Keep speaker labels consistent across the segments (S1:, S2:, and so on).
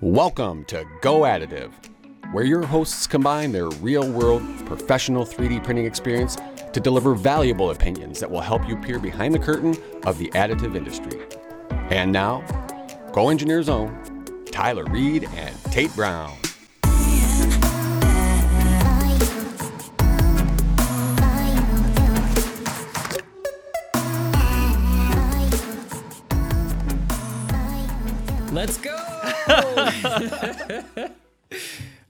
S1: Welcome to Go Additive, where your hosts combine their real world professional 3D printing experience to deliver valuable opinions that will help you peer behind the curtain of the additive industry. And now, Go Engineer's own Tyler Reed and Tate Brown.
S2: Let's go.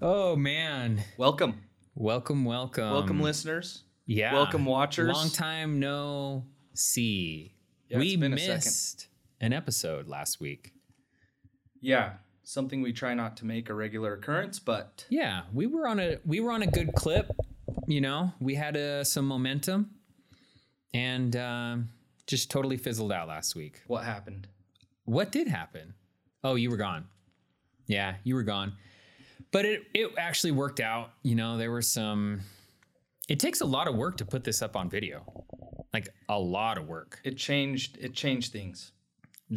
S2: oh man.
S3: Welcome.
S2: Welcome, welcome.
S3: Welcome, listeners.
S2: Yeah.
S3: welcome, watchers.
S2: Long time no see.
S3: Yeah,
S2: we
S3: it's been a second.
S2: missed an episode last week.
S3: Yeah. Something we try not to make a regular occurrence, but
S2: Yeah, we were on a we were on a good clip, you know. We had uh, some momentum and um, just totally fizzled out last week.
S3: what happened?
S2: What did happen? Oh, you were gone. Yeah, you were gone. But it it actually worked out. You know, there were some. It takes a lot of work to put this up on video, like a lot of work.
S3: It changed it changed things.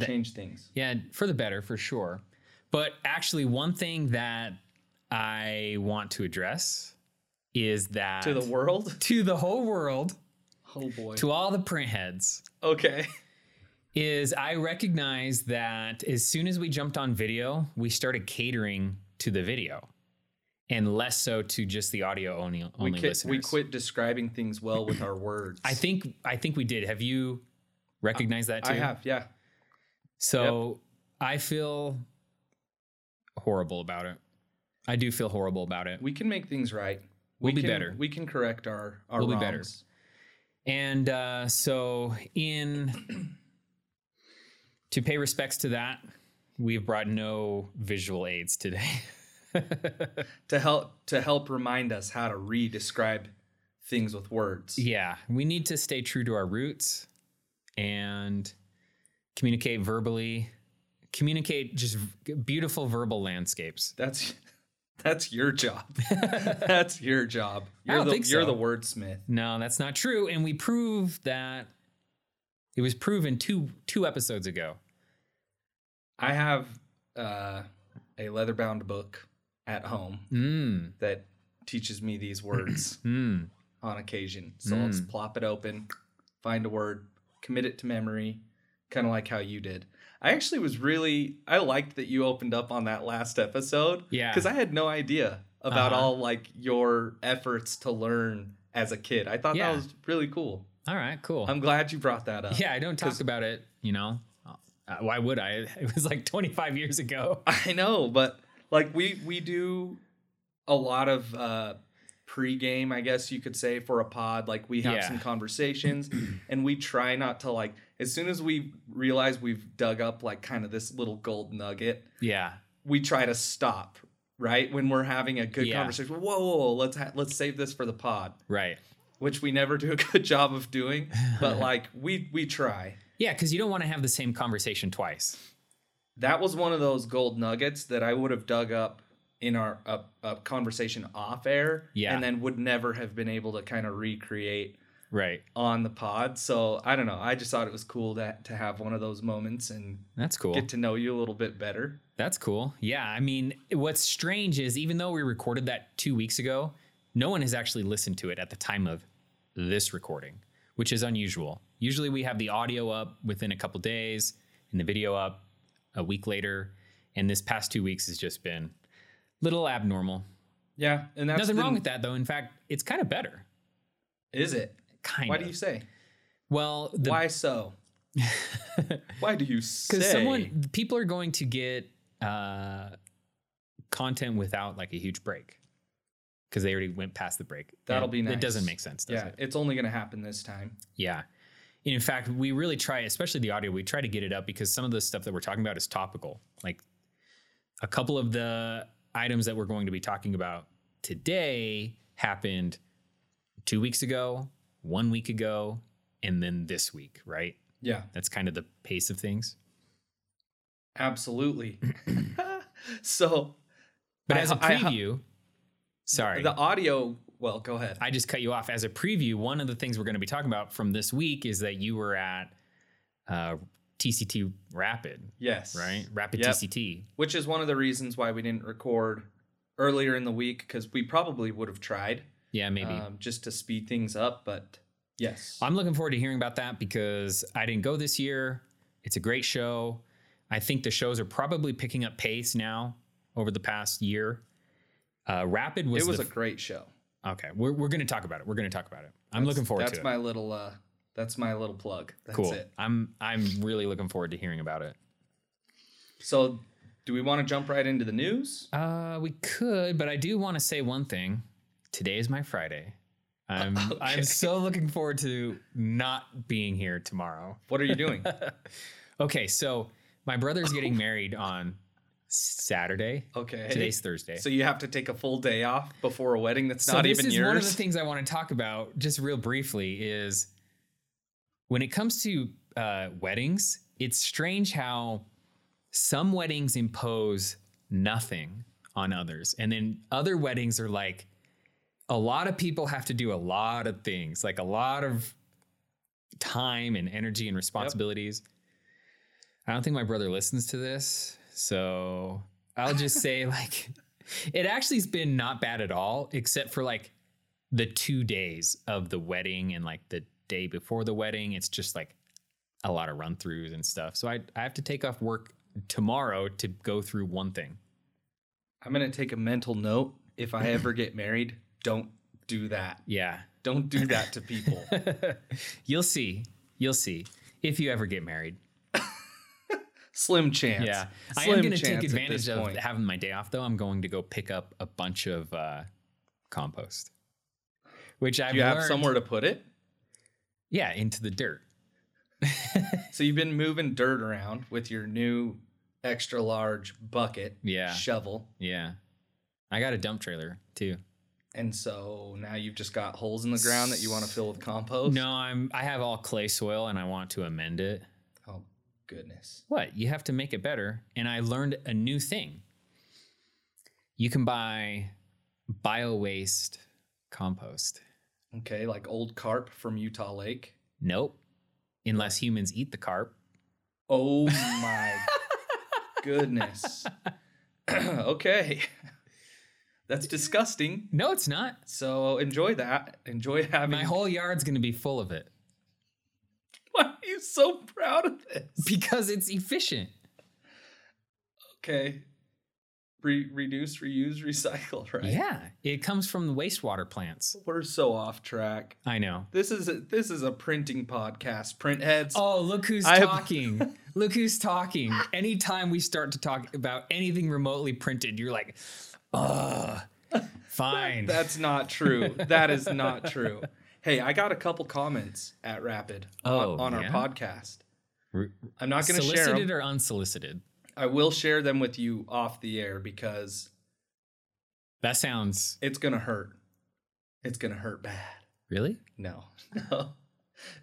S3: changed things.
S2: Yeah, for the better, for sure. But actually, one thing that I want to address is that
S3: To the world?
S2: to the whole world,
S3: Oh boy.
S2: to all the print heads,
S3: Okay.
S2: is I recognize that as soon as we jumped on video, we started catering to the video and less so to just the audio only, only
S3: We quit,
S2: listeners.
S3: we quit describing things well with our words.
S2: I think I think we did. Have you recognized that too?
S3: I have, yeah.
S2: So I feel horrible about it. I do feel horrible about it.
S3: We can make things right.
S2: We'll
S3: we
S2: be
S3: can,
S2: better.
S3: We can correct our our
S2: We'll be better.
S3: wrongs.
S2: And uh, so, in to pay respects to that, we've brought no visual aids today.
S3: To help to help remind us how to re-describe things with words.
S2: yeah, we need to stay true to our roots and communicate verbally, communicate just v- beautiful verbal landscapes.
S3: That's that's your job. that's your job. You're
S2: don't
S3: the
S2: think
S3: you're
S2: so.
S3: the wordsmith.
S2: No, that's not true. And we prove that it was proven two two episodes ago.
S3: I have uh, a leather bound book at home
S2: Mm,
S3: that teaches me these words
S2: mm.
S3: on occasion. So let's plop it open, find a word, commit it to memory, kind of like how you did. I actually was really I liked that you opened up on that last episode.
S2: Yeah.
S3: Because I had no idea about
S2: Uh-huh.
S3: all like your efforts to learn as a kid. I thought
S2: Yeah.
S3: that was really cool.
S2: All right, cool.
S3: I'm glad you brought that up.
S2: Yeah, I don't talk
S3: 'Cause-
S2: about it. You know, uh, why would I? It was like 25 years ago.
S3: I know, but like we we do a lot of uh pregame, I guess you could say, for a pod. Like we have
S2: Yeah.
S3: some conversations and we try not to like as soon as we realize we've dug up like kind of this little gold nugget,
S2: Yeah,
S3: we try to stop, right? When we're having a good
S2: Yeah.
S3: conversation. Whoa, whoa, whoa, let's ha- let's save this for the pod.
S2: right.
S3: Which we never do a good job of doing, but like we we try.
S2: Yeah, because you don't want to have the same conversation twice.
S3: that was one of those gold nuggets that I would have dug up in our a, a conversation off air,
S2: Yeah.
S3: and then would never have been able to kind of recreate
S2: Right.
S3: on the pod. So I don't know. I just thought it was cool that to have one of those moments and
S2: That's cool.
S3: get to know you a little bit better.
S2: That's cool. Yeah. I mean, what's strange is even though we recorded that two weeks ago, no one has actually listened to it at the time of this recording, which is unusual. Usually we have the audio up within a couple days and the video up a week later. And this past two weeks has just been little abnormal.
S3: Yeah, and that's
S2: Nothing
S3: the-
S2: wrong with that, though. In fact, it's kind of better.
S3: Is it?
S2: Kind
S3: Why
S2: of.
S3: do you say?
S2: well, the,
S3: Why so? Why do you say?
S2: Because someone, people are going to get uh, content without like a huge break because they already went past the break.
S3: That'll
S2: And
S3: be nice.
S2: It doesn't make sense, does
S3: yeah,
S2: it?
S3: it's only gonna happen this time.
S2: Yeah. And in fact, we really try, especially the audio, we try to get it up because some of the stuff that we're talking about is topical. Like a couple of the items that we're going to be talking about today happened two weeks ago, one week ago, and then this week, right?
S3: Yeah.
S2: That's kind of the pace of things.
S3: Absolutely. so
S2: But
S3: I
S2: as a
S3: ho- I ho-
S2: preview, sorry,
S3: the audio well, go ahead.
S2: I just cut you off. As a preview, one of the things we're going to be talking about from this week is that you were at uh, TCT Rapid,
S3: Yes.
S2: right? Rapid
S3: Yep.
S2: TCT.
S3: Which is one of the reasons why we didn't record earlier in the week because we probably would have tried
S2: Yeah, maybe.
S3: um, just to speed things up. But yes,
S2: I'm looking forward to hearing about that because I didn't go this year. It's a great show. I think the shows are probably picking up pace now over the past year. Uh, Rapid was,
S3: it was
S2: the
S3: a great show.
S2: okay. We're, we're going to talk about it. We're going to talk about it. I'm looking forward
S3: That's
S2: to
S3: my
S2: it.
S3: little uh, that's my little plug. That's
S2: Cool.
S3: it.
S2: I'm I'm really looking forward to hearing about it.
S3: So, do we want to jump right into the news?
S2: Uh, we could, but I do want to say one thing. Today is my Friday. I'm I'm so looking forward to not being here tomorrow.
S3: What are you doing?
S2: Okay, so my brother's getting married on Saturday.
S3: Okay.
S2: Today's Thursday.
S3: so you have to take a full day off before a wedding that's
S2: So
S3: not
S2: this
S3: even
S2: is
S3: yours.
S2: one of the things I want to talk about, just real briefly, is when it comes to uh, weddings, it's strange how some weddings impose nothing on others, and then other weddings are like a lot of people have to do a lot of things, like a lot of time and energy and responsibilities. I don't think my brother listens to this, so I'll just say like it actually's been not bad at all, except for like the two days of the wedding and like the day before the wedding. It's just like a lot of run throughs and stuff. So I I have to take off work tomorrow to go through one thing.
S3: I'm gonna take a mental note. If I ever get married, don't do that.
S2: Yeah.
S3: Don't do that to people.
S2: You'll see. You'll see. If you ever get married.
S3: Slim chance.
S2: Yeah. I
S3: Slim
S2: am going to
S3: chance at
S2: take
S3: this
S2: advantage of
S3: point.
S2: having my day off, though. I'm going to go pick up a bunch of uh, compost, which I've
S3: Do you have
S2: learned-
S3: somewhere to put it?
S2: Yeah, into the dirt.
S3: So you've been moving dirt around with your new extra large bucket,
S2: Yeah.
S3: shovel,
S2: Yeah. I got a dump trailer too.
S3: and so now you've just got holes in the ground that you want to fill with compost.
S2: No, I'm I have all clay soil and I want to amend it.
S3: Oh goodness.
S2: What? You have to make it better. And I learned a new thing. You can buy bio waste compost.
S3: Okay, like old carp from Utah Lake.
S2: Nope. Unless humans eat the carp.
S3: Oh my goodness. okay. That's disgusting.
S2: No, it's not.
S3: So enjoy that. Enjoy having.
S2: My whole yard's going to be full of it
S3: Why are you so proud of this?
S2: because it's efficient.
S3: Okay. Re- reduce, reuse, recycle. Right.
S2: Yeah, it comes from the wastewater plants.
S3: We're so off track.
S2: I know.
S3: This is a, this is a printing podcast. Printheads.
S2: Oh, look who's
S3: I have-
S2: talking. look who's talking. Anytime we start to talk about anything remotely printed, you're like, ugh, fine.
S3: That's not true. that is not true. Hey, I got a couple comments at Rapid
S2: Oh,
S3: on, on
S2: yeah?
S3: our podcast.
S2: Re-
S3: I'm not going to share
S2: Solicited
S3: them.
S2: or unsolicited?
S3: I will share them with you off the air because
S2: That sounds
S3: it's going to hurt. It's going to hurt bad.
S2: really.
S3: No. No.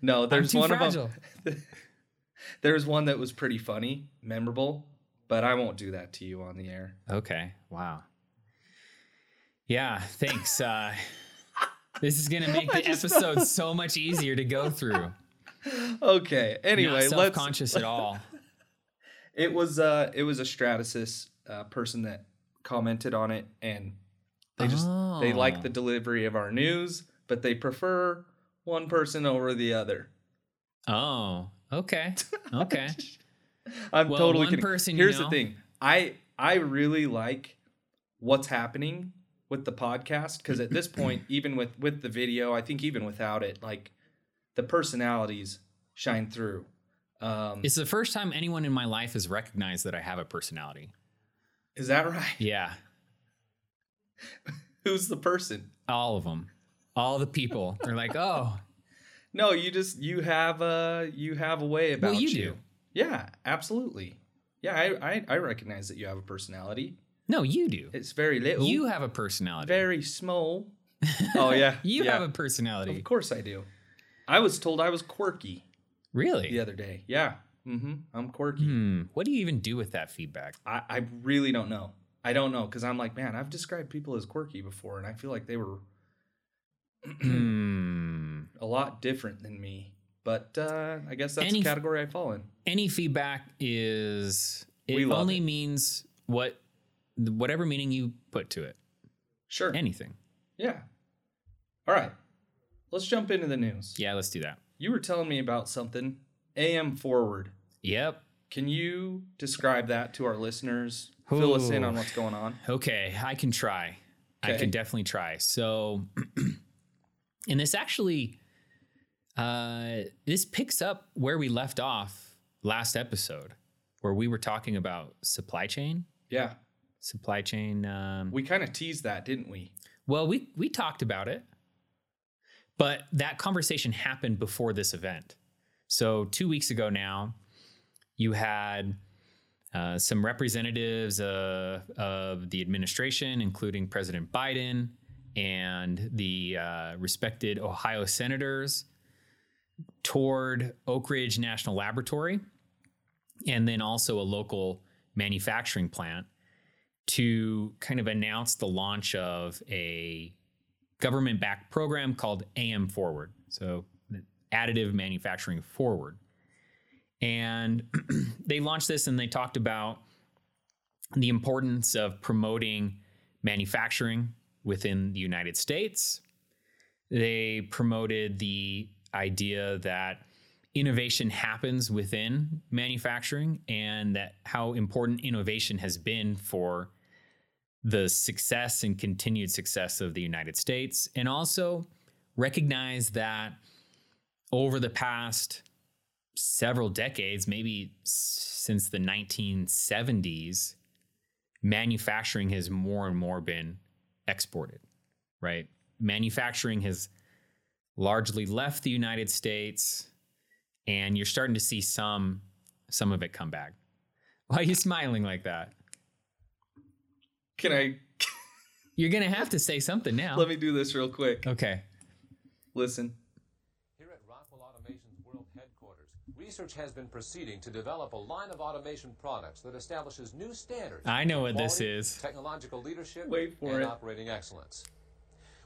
S3: No, there's
S2: too
S3: one
S2: fragile.
S3: of them. there's one that was pretty funny, memorable, but I won't do that to you on the air.
S2: Okay. Wow. Yeah. Thanks. Uh, this is gonna make the episode so much easier to go through.
S3: Okay. Anyway,
S2: Not
S3: let's
S2: self-conscious at all.
S3: It was uh it was a Stratasys uh, person that commented on it and they just
S2: Oh.
S3: they like the delivery of our news, but they prefer one person over the other.
S2: Oh. Okay. Okay.
S3: I'm
S2: Well,
S3: totally
S2: one
S3: kidding.
S2: person, you
S3: Here's
S2: know.
S3: the thing. I I really like what's happening with the podcast cuz at this point even with with the video, I think even without it, like the personalities shine through. Um
S2: It's the first time anyone in my life has recognized that I have a personality.
S3: is that right?
S2: Yeah.
S3: Who's the person?
S2: All of them. All the people. They're like, oh,
S3: No, you just you have a you have a way about
S2: well, you
S3: you.
S2: do.
S3: Yeah, absolutely. Yeah, I, I I recognize that you have a personality.
S2: No, you do.
S3: It's very little,
S2: You have a personality.
S3: very small. oh yeah,
S2: you
S3: yeah.
S2: have a personality.
S3: Of course I do. I was told I was quirky
S2: Really?
S3: the other day. Yeah, mm-hmm. I'm quirky.
S2: Hmm. What do you even do with that feedback?
S3: I I really don't know. I don't know because I'm like, man, I've described people as quirky before, and I feel like they were
S2: Hmm.
S3: a lot different than me. But uh, I guess that's
S2: Any-
S3: the category I fall in.
S2: any feedback is it
S3: We love
S2: only
S3: it.
S2: means what whatever meaning you put to it.
S3: Sure.
S2: Anything.
S3: yeah. All right. Let's jump into the news.
S2: Yeah, let's do that.
S3: You were telling me about something. AM forward.
S2: Yep.
S3: Can you describe that to our listeners? Fill us in
S2: Ooh.
S3: on what's going on.
S2: Okay, I can try. I
S3: Okay.
S2: can definitely try. So, and this actually, uh, this picks up where we left off last episode, where we were talking about supply chain,
S3: Yeah.
S2: supply chain. Um,
S3: We kind of teased that, didn't we?
S2: well, we we talked about it, but that conversation happened before this event. So two weeks ago now, you had uh, some representatives uh, of the administration, including President Biden and the uh, respected Ohio senators, toured Oak Ridge National Laboratory and then also a local manufacturing plant to kind of announce the launch of a government backed program called AM Forward. So, additive manufacturing forward. And they launched this and they talked about the importance of promoting manufacturing within the United States. They promoted the idea that innovation happens within manufacturing and that how important innovation has been for the success and continued success of the United States, and also recognize that over the past several decades, maybe s- since the 1970s, manufacturing has more and more been exported, right? Manufacturing has largely left the United States, and you're starting to see some some of it come back. Why are you smiling like that?
S3: Can I
S2: You're gonna have to say something now.
S3: let me do this real quick?
S2: okay.
S3: Listen.
S4: Here at Rockwell Automation's world headquarters, research has been proceeding to develop a line of automation products that establishes new standards.
S2: I know
S4: for
S2: what this
S4: quality,
S2: is.
S4: Technological leadership
S3: Wait for
S4: and
S3: it.
S4: operating excellence.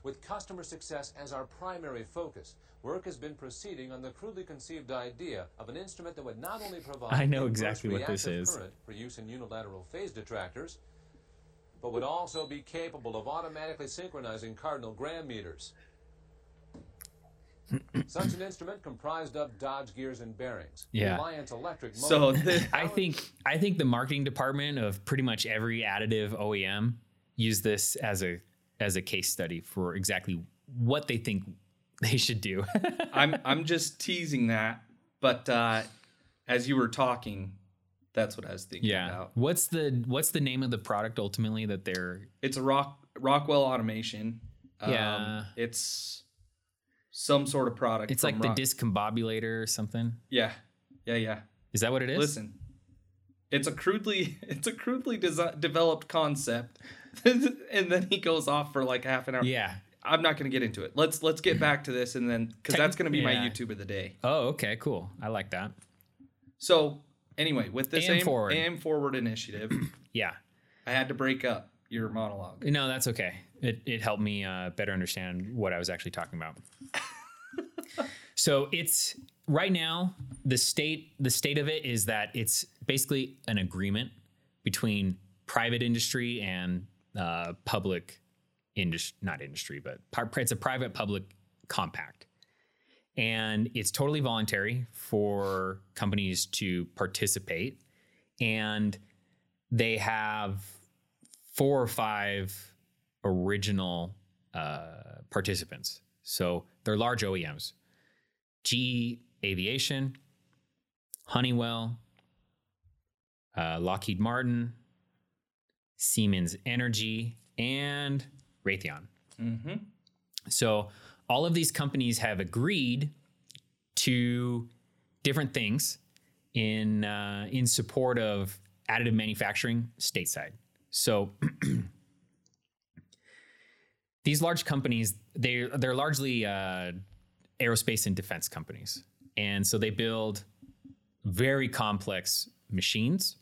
S4: With customer success as our primary focus, work has been proceeding on the crudely conceived idea of an instrument that would not only provide
S2: I know
S4: inverse
S2: exactly what this
S4: reactive
S2: is.
S4: current for use in unilateral phase detractors, but would also be capable of automatically synchronizing cardinal gram meters. Such an instrument comprised of Dodge gears and bearings,
S2: Yeah.
S4: Reliant electric motors,
S3: So thi-
S2: I think I think the marketing department of pretty much every additive OEM used this as a as a case study for exactly what they think they should do.
S3: I'm I'm just teasing that, but uh, as you were talking, that's what I was thinking
S2: yeah.
S3: about.
S2: What's the what's the name of the product ultimately that they're
S3: It's a rock Rockwell automation. Um,
S2: Yeah.
S3: It's some sort of product.
S2: it's
S3: from
S2: like the
S3: Rock-
S2: discombobulator or something?
S3: Yeah, yeah, yeah.
S2: Is that what it is?
S3: Listen, it's a crudely it's a crudely desi developed concept, and then he goes off for like half an hour.
S2: Yeah.
S3: I'm not going to get into it. Let's let's get back to this, and then because that's going to be my
S2: yeah.
S3: YouTube of the day.
S2: Oh, okay, cool. I like that.
S3: So anyway, with this
S2: AM
S3: aim
S2: forward.
S3: aim forward initiative,
S2: Yeah.
S3: I had to break up your monologue.
S2: No, that's okay. It, it helped me uh, better understand what I was actually talking about. so it's right now the state the state of it is that it's basically an agreement between private industry and uh, public industry not industry but par- it's a private public compact and it's totally voluntary for companies to participate and they have four or five original uh, participants. So they're large OEMs GE Aviation, Honeywell, uh, Lockheed Martin, Siemens Energy, and Raytheon.
S3: Mm-hmm.
S2: So all of these companies have agreed to different things in uh, in support of additive manufacturing stateside. So these large companies they they're largely uh, aerospace and defense companies, and so they build very complex machines,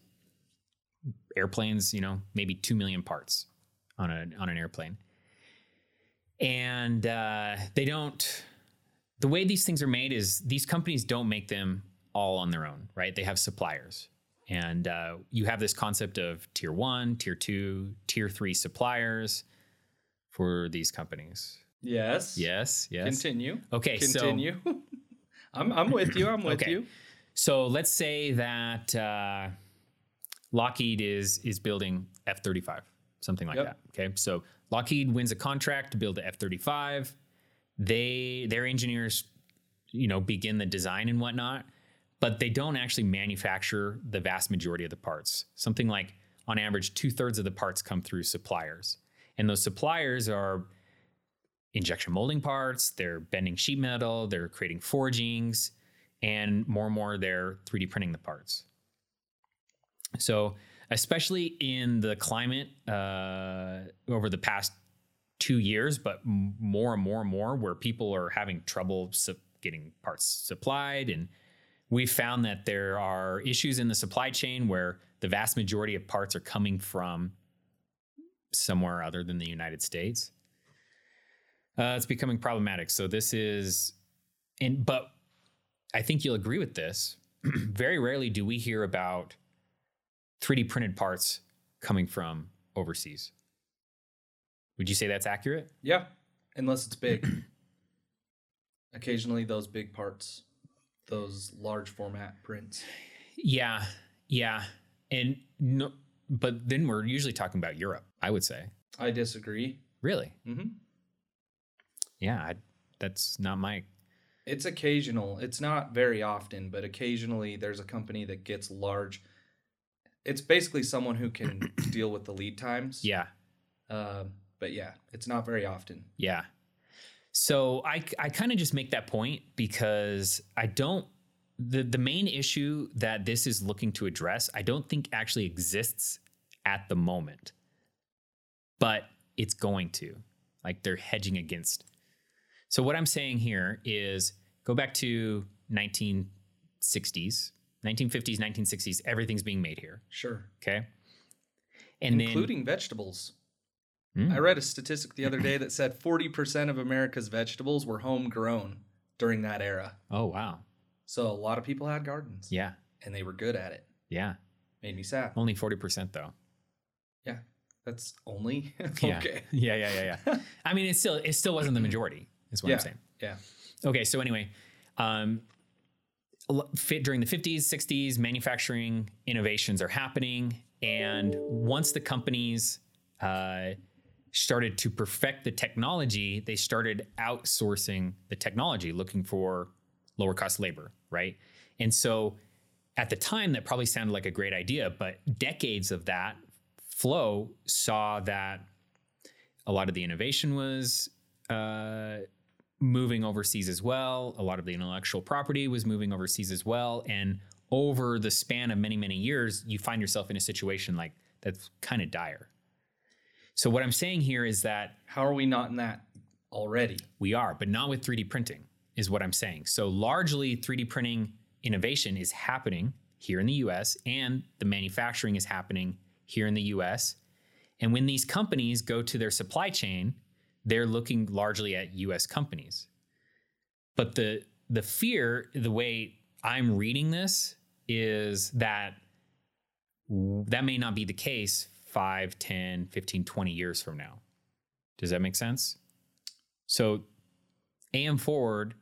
S2: airplanes. You know, maybe two million parts on a on an airplane and uh, they don't the way these things are made is these companies don't make them all on their own, right? They have suppliers. And uh, you have this concept of tier one, tier two, tier three suppliers for these companies.
S3: Yes.
S2: Yes, yes.
S3: Continue.
S2: Okay, so-
S3: Continue. I'm I'm with you. I'm with
S2: Okay.
S3: you.
S2: So let's say that uh, Lockheed is is building F thirty five, something like
S3: Yep.
S2: that. Okay, so Lockheed wins a contract to build a F thirty five. They their engineers, you know, begin the design and whatnot, but they don't actually manufacture the vast majority of the parts. Something like on average, two thirds of the parts come through suppliers, and those suppliers are injection molding parts, they're bending sheet metal, they're creating forgings, and more and more they're 3D printing the parts. So, especially in the climate uh, over the past two years, but m- more and more and more, where people are having trouble su- getting parts supplied. And we found that there are issues in the supply chain where the vast majority of parts are coming from somewhere other than the United States. Uh, it's becoming problematic. So this is, and but I think you'll agree with this. Very rarely do we hear about 3D printed parts coming from overseas. Would you say that's accurate?
S3: Yeah. Unless it's big. Occasionally those big parts, those large format prints.
S2: Yeah, yeah, and no, but then we're usually talking about Europe. I would say,
S3: I disagree.
S2: really,
S3: hmm
S2: yeah, I, that's not my
S3: It's occasional. It's not very often, but occasionally there's a company that gets large. It's basically someone who can deal with the lead times.
S2: yeah.
S3: Um, but yeah, it's not very often.
S2: Yeah. So I I kind of just make that point because I don't the the main issue that this is looking to address I don't think actually exists at the moment. But it's going to. Like they're hedging against. So what I'm saying here is go back to 1960s, 1950s, 1960s, everything's being made here,
S3: Sure.
S2: okay? And then
S3: Including vegetables.
S2: Mm.
S3: I read a statistic the other day that said 40% of America's vegetables were homegrown during that era.
S2: oh wow.
S3: So a lot of people had gardens
S2: Yeah.
S3: and they were good at it.
S2: Yeah.
S3: Made me sad.
S2: Only 40% though.
S3: Yeah. That's only
S2: Yeah.
S3: okay.
S2: Yeah, yeah, yeah, yeah. I mean, it still it still wasn't the majority, is what
S3: Yeah.
S2: I'm saying.
S3: Yeah.
S2: Okay, so anyway, um, a lo- fit during the 50s, 60s, manufacturing innovations are happening, and once the companies uh, started to perfect the technology, they started outsourcing the technology, looking for lower cost labor, right? And so at the time, that probably sounded like a great idea, but decades of that flow saw that a lot of the innovation was uh, moving overseas as well. A lot of the intellectual property was moving overseas as well. And over the span of many, many years, you find yourself in a situation like that's kind of dire. So, what I'm saying here is that
S3: How are we not in that already?
S2: we are, but not with 3D printing, is what I'm saying. So, largely 3D printing innovation is happening here in the US, and the manufacturing is happening here in the US. And when these companies go to their supply chain, they're looking largely at US companies. But the the fear, the way I'm reading this, is that w- that may not be the case 5, 10, 15, 20 years from now. Does that make sense? So, AM Forward,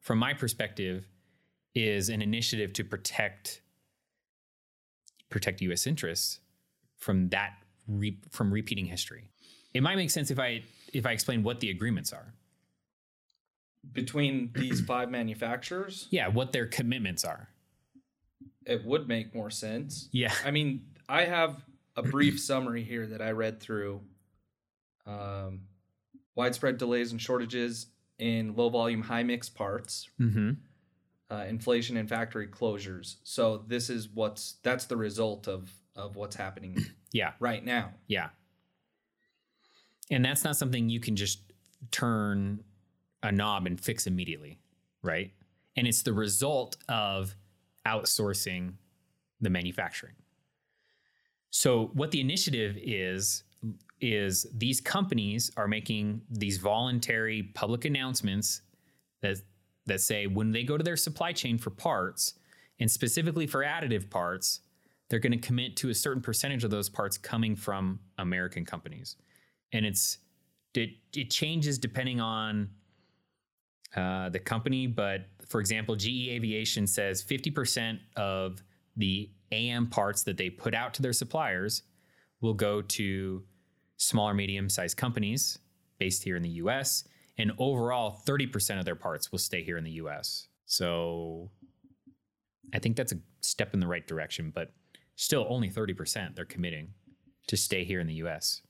S2: from my perspective, is an initiative to protect protect U.S. interests from that re- from repeating history. It might make sense if I if I explain what the agreements are.
S3: Between these five manufacturers,
S2: Yeah, what their commitments are.
S3: it would make more sense.
S2: Yeah.
S3: I mean, I have a brief summary here that I read through. Um, widespread delays and shortages in low volume, high mix parts,
S2: Mm-hmm.
S3: uh, inflation and factory closures. So this is what's that's the result of of what's happening
S2: Yeah.
S3: right now.
S2: Yeah. And that's not something you can just turn a knob and fix immediately, right? And it's the result of outsourcing the manufacturing. So what the initiative is is these companies are making these voluntary public announcements that that say when they go to their supply chain for parts and specifically for additive parts, they're going to commit to a certain percentage of those parts coming from American companies. And it's it, it changes depending on uh, the company, but for example, GE Aviation says 50% of the AM parts that they put out to their suppliers will go to small or medium sized companies based here in the US. And overall, 30% of their parts will stay here in the US. So I think that's a step in the right direction, but still only 30% they're committing to stay here in the US.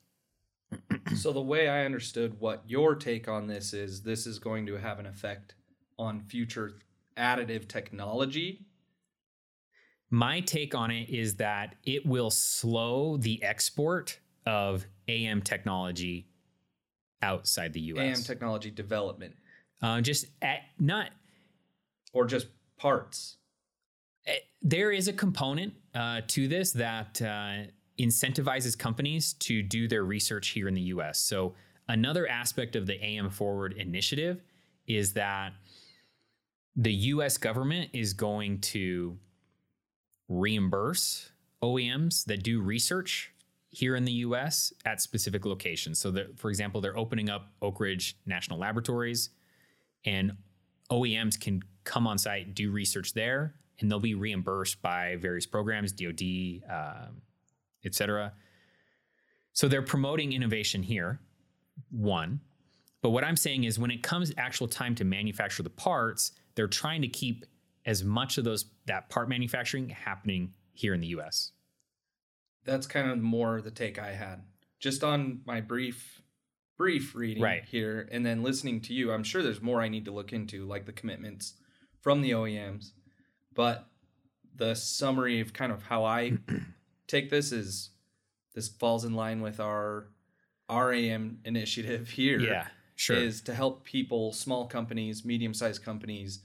S3: so the way I understood what your take on this is, this is going to have an effect on future additive technology.
S2: My take on it is that it will slow the export of AM technology outside the US.
S3: AM technology development
S2: Uh, just at, not
S3: or just parts.
S2: there is a component uh, to this that uh, incentivizes companies to do their research here in the US. So, another aspect of the AM Forward initiative is that the US government is going to reimburse OEMs that do research here in the US at specific locations. So, that, for example, they're opening up Oak Ridge National Laboratories and OEMs E can come on site, do research there, and they'll be reimbursed by various programs, DoD, um, et cetera. So they're promoting innovation here, one. But what I'm saying is, when it comes actual time to manufacture the parts, they're trying to keep as much of those that part manufacturing happening here in the U.S.
S3: That's kind of more the take I had. Just on my brief brief reading
S2: Right.
S3: here and then listening to you, I'm sure there's more I need to look into like the commitments from the OEMs. But the summary of kind of how I take this is this falls in line with our RAM initiative here.
S2: Yeah, sure.
S3: is to help people, small companies, medium sized companies,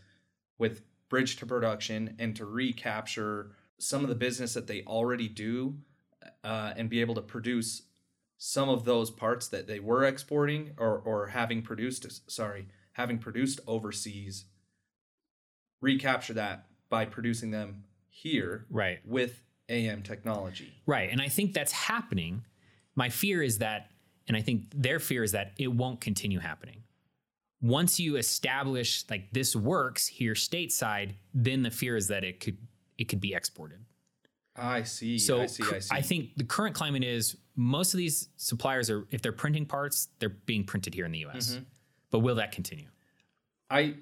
S3: with bridge to production and to recapture some of the business that they already do uh, and be able to produce some of those parts that they were exporting or, or having produced, sorry, having produced overseas, recapture that by producing them here
S2: Right.
S3: with AM technology.
S2: Right. And I think that's happening. My fear is that, and I think their fear is that it won't continue happening. Once you establish like this works here stateside, then the fear is that it could it could be exported.
S3: I see.
S2: So
S3: I see.
S2: cr-
S3: I see.
S2: think the current climate is most of these suppliers are if they're printing parts, they're being printed here in the US.
S3: Mm-hmm.
S2: But will that continue?
S3: I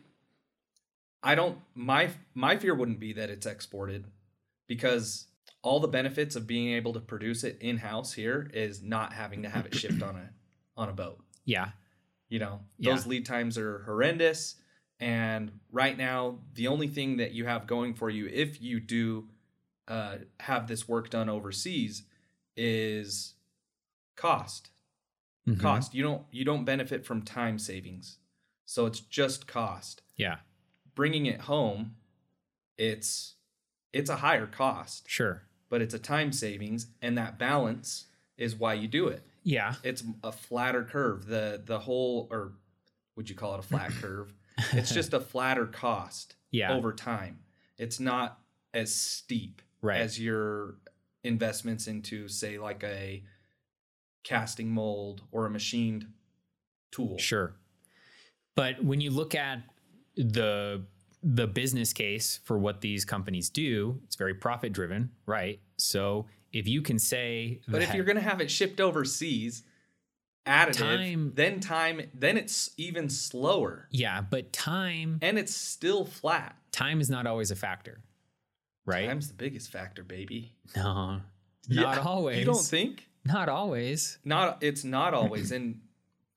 S3: I don't my my fear wouldn't be that it's exported because all the benefits of being able to produce it in house here is not having to have it shipped on a on a boat.
S2: Yeah.
S3: You know,
S2: Yeah.
S3: those lead times are horrendous and right now the only thing that you have going for you if you do uh, have this work done overseas is cost
S2: Mhm.
S3: cost you don't you don't benefit from time savings so it's just cost
S2: Yeah.
S3: bringing it home it's it's a higher cost
S2: Sure.
S3: but it's a time savings and that balance is why you do it
S2: Yeah.
S3: it's a flatter curve the the whole or would you call it a flat curve it's just a flatter cost
S2: Yeah.
S3: over time it's not as steep
S2: Right.
S3: as your investments into say like a casting mold or a machined tool
S2: Sure. But when you look at the the business case for what these companies do, it's very profit driven, right? So if you can say
S3: But if
S2: that-
S3: you're going to have it shipped overseas, additive,
S2: Time-
S3: then time, then it's even slower
S2: yeah, but time
S3: and it's still flat.
S2: time is not always a factor. Right?
S3: Time's the biggest factor, baby.
S2: no. Not
S3: Yeah.
S2: always.
S3: You don't think?
S2: not always.
S3: Not it's not always and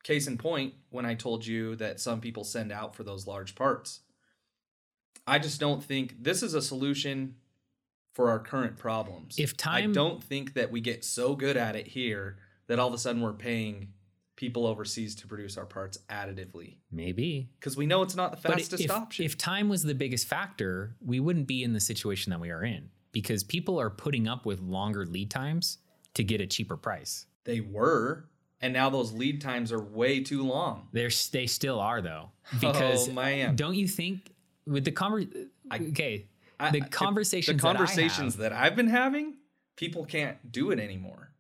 S3: case in point when I told you that some people send out for those large parts. I just don't think this is a solution for our current problems.
S2: If time-
S3: I don't think that we get so good at it here that all of a sudden we're paying people overseas to produce our parts additively.
S2: Maybe.
S3: because we know it's not the
S2: But
S3: fastest
S2: if,
S3: option.
S2: If time was the biggest factor, we wouldn't be in the situation that we are in because people are putting up with longer lead times to get a cheaper price.
S3: they were, and now those lead times are way too long.
S2: They're, they still are though because
S3: Oh, man.
S2: don't you think with the conver okay
S3: I-
S2: the
S3: I-
S2: conversations
S3: the conversations
S2: that
S3: that I've been having, people can't do it anymore.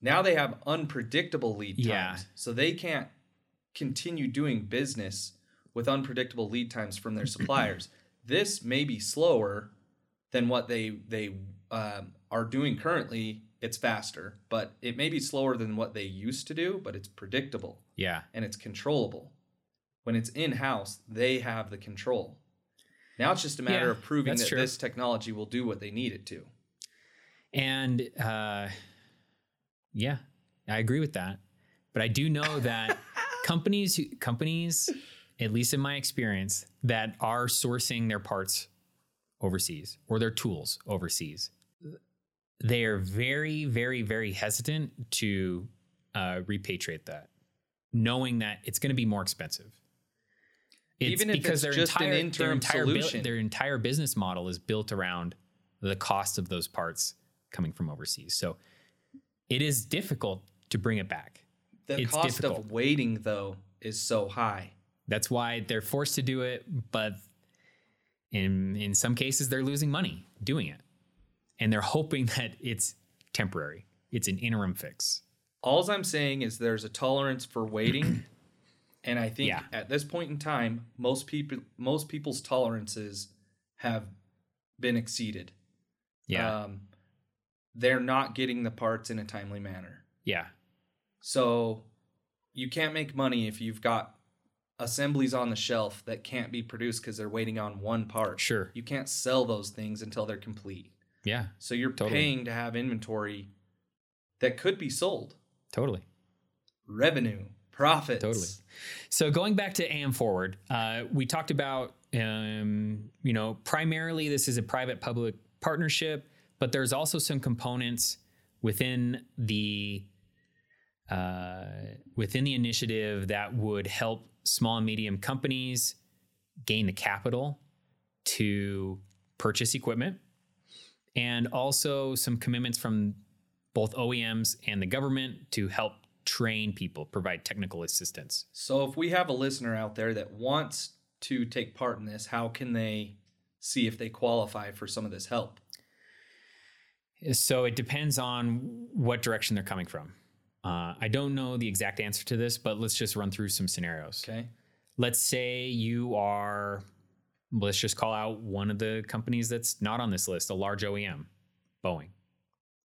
S3: Now they have unpredictable lead times,
S2: Yeah.
S3: so they can't continue doing business with unpredictable lead times from their suppliers. this may be slower than what they they um, are doing currently. It's faster, but it may be slower than what they used to do. But it's predictable
S2: I have.
S3: and it's controllable. When it's in house, they have the control. Now it's just a matter
S2: Yeah,
S3: of proving
S2: that's
S3: that
S2: true.
S3: this technology will do what they need it to.
S2: yeah and uh, yeah I agree with that but I do know that companies who- companies at least in my experience that are sourcing their parts overseas or their tools overseas they are very very very hesitant to uh, repatriate that knowing that it's going to be more expensive it's
S3: Even if it's just an interim
S2: entire bu-
S3: solution.
S2: their entire business model is built around the cost of those parts coming from overseas so it is difficult to bring it back
S3: The
S2: It's
S3: cost
S2: difficult.
S3: of waiting, though, is so high.
S2: That's why they're forced to do it, but in in some cases they're losing money doing it. And they're hoping that it's temporary. It's an interim fix.
S3: All I'm saying is there's a tolerance for waiting, and I think
S2: Yeah.
S3: at this point in time, most people most people's tolerances have been exceeded.
S2: Yeah.
S3: Um, they're not getting the parts in a timely manner.
S2: yeah.
S3: So you can't make money if you've got assemblies on the shelf that can't be produced because they're waiting on one part.
S2: Sure.
S3: You can't sell those things until they're complete.
S2: Yeah.
S3: So you're
S2: Totally.
S3: paying to have inventory that could be sold.
S2: Totally.
S3: Revenue, profits.
S2: Totally. So going back to AM Forward, uh, we talked about um, you know primarily this is a private public partnership, but there's also some components within the uh, within the initiative that would help small and medium companies gain the capital to purchase equipment, and also some commitments from both OEMs and the government to help train people, provide technical assistance.
S3: So if we have a listener out there that wants to take part in this, how can they see if they qualify for some of this help?
S2: So it depends on what direction they're coming from. Uh, I don't know the exact answer to this, but let's just run through some scenarios.
S3: Okay.
S2: Let's say you are, let's just call out one of the companies that's not on this list, a large OEM, Boeing.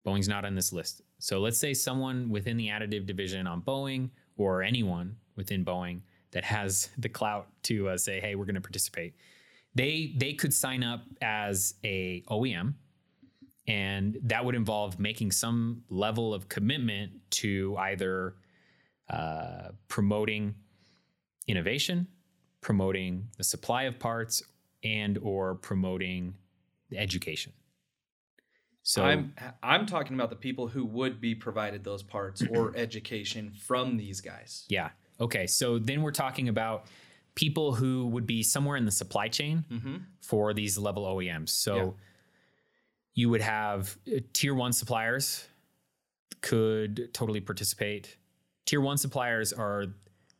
S2: Boeing's not on this list. So let's say someone within the additive division on Boeing or anyone within Boeing that has the clout to uh, say, hey, we're going to participate. They, they could sign up as a OEM and that would involve making some level of commitment to either uh, promoting innovation promoting the supply of parts and or promoting the education so
S3: I'm I'm talking about the people who would be provided those parts or education from these guys.
S2: yeah okay so then we're talking about people who would be somewhere in the supply chain for these level oems so
S3: Yeah.
S2: you would have uh, tier one suppliers could totally participate. Tier one suppliers are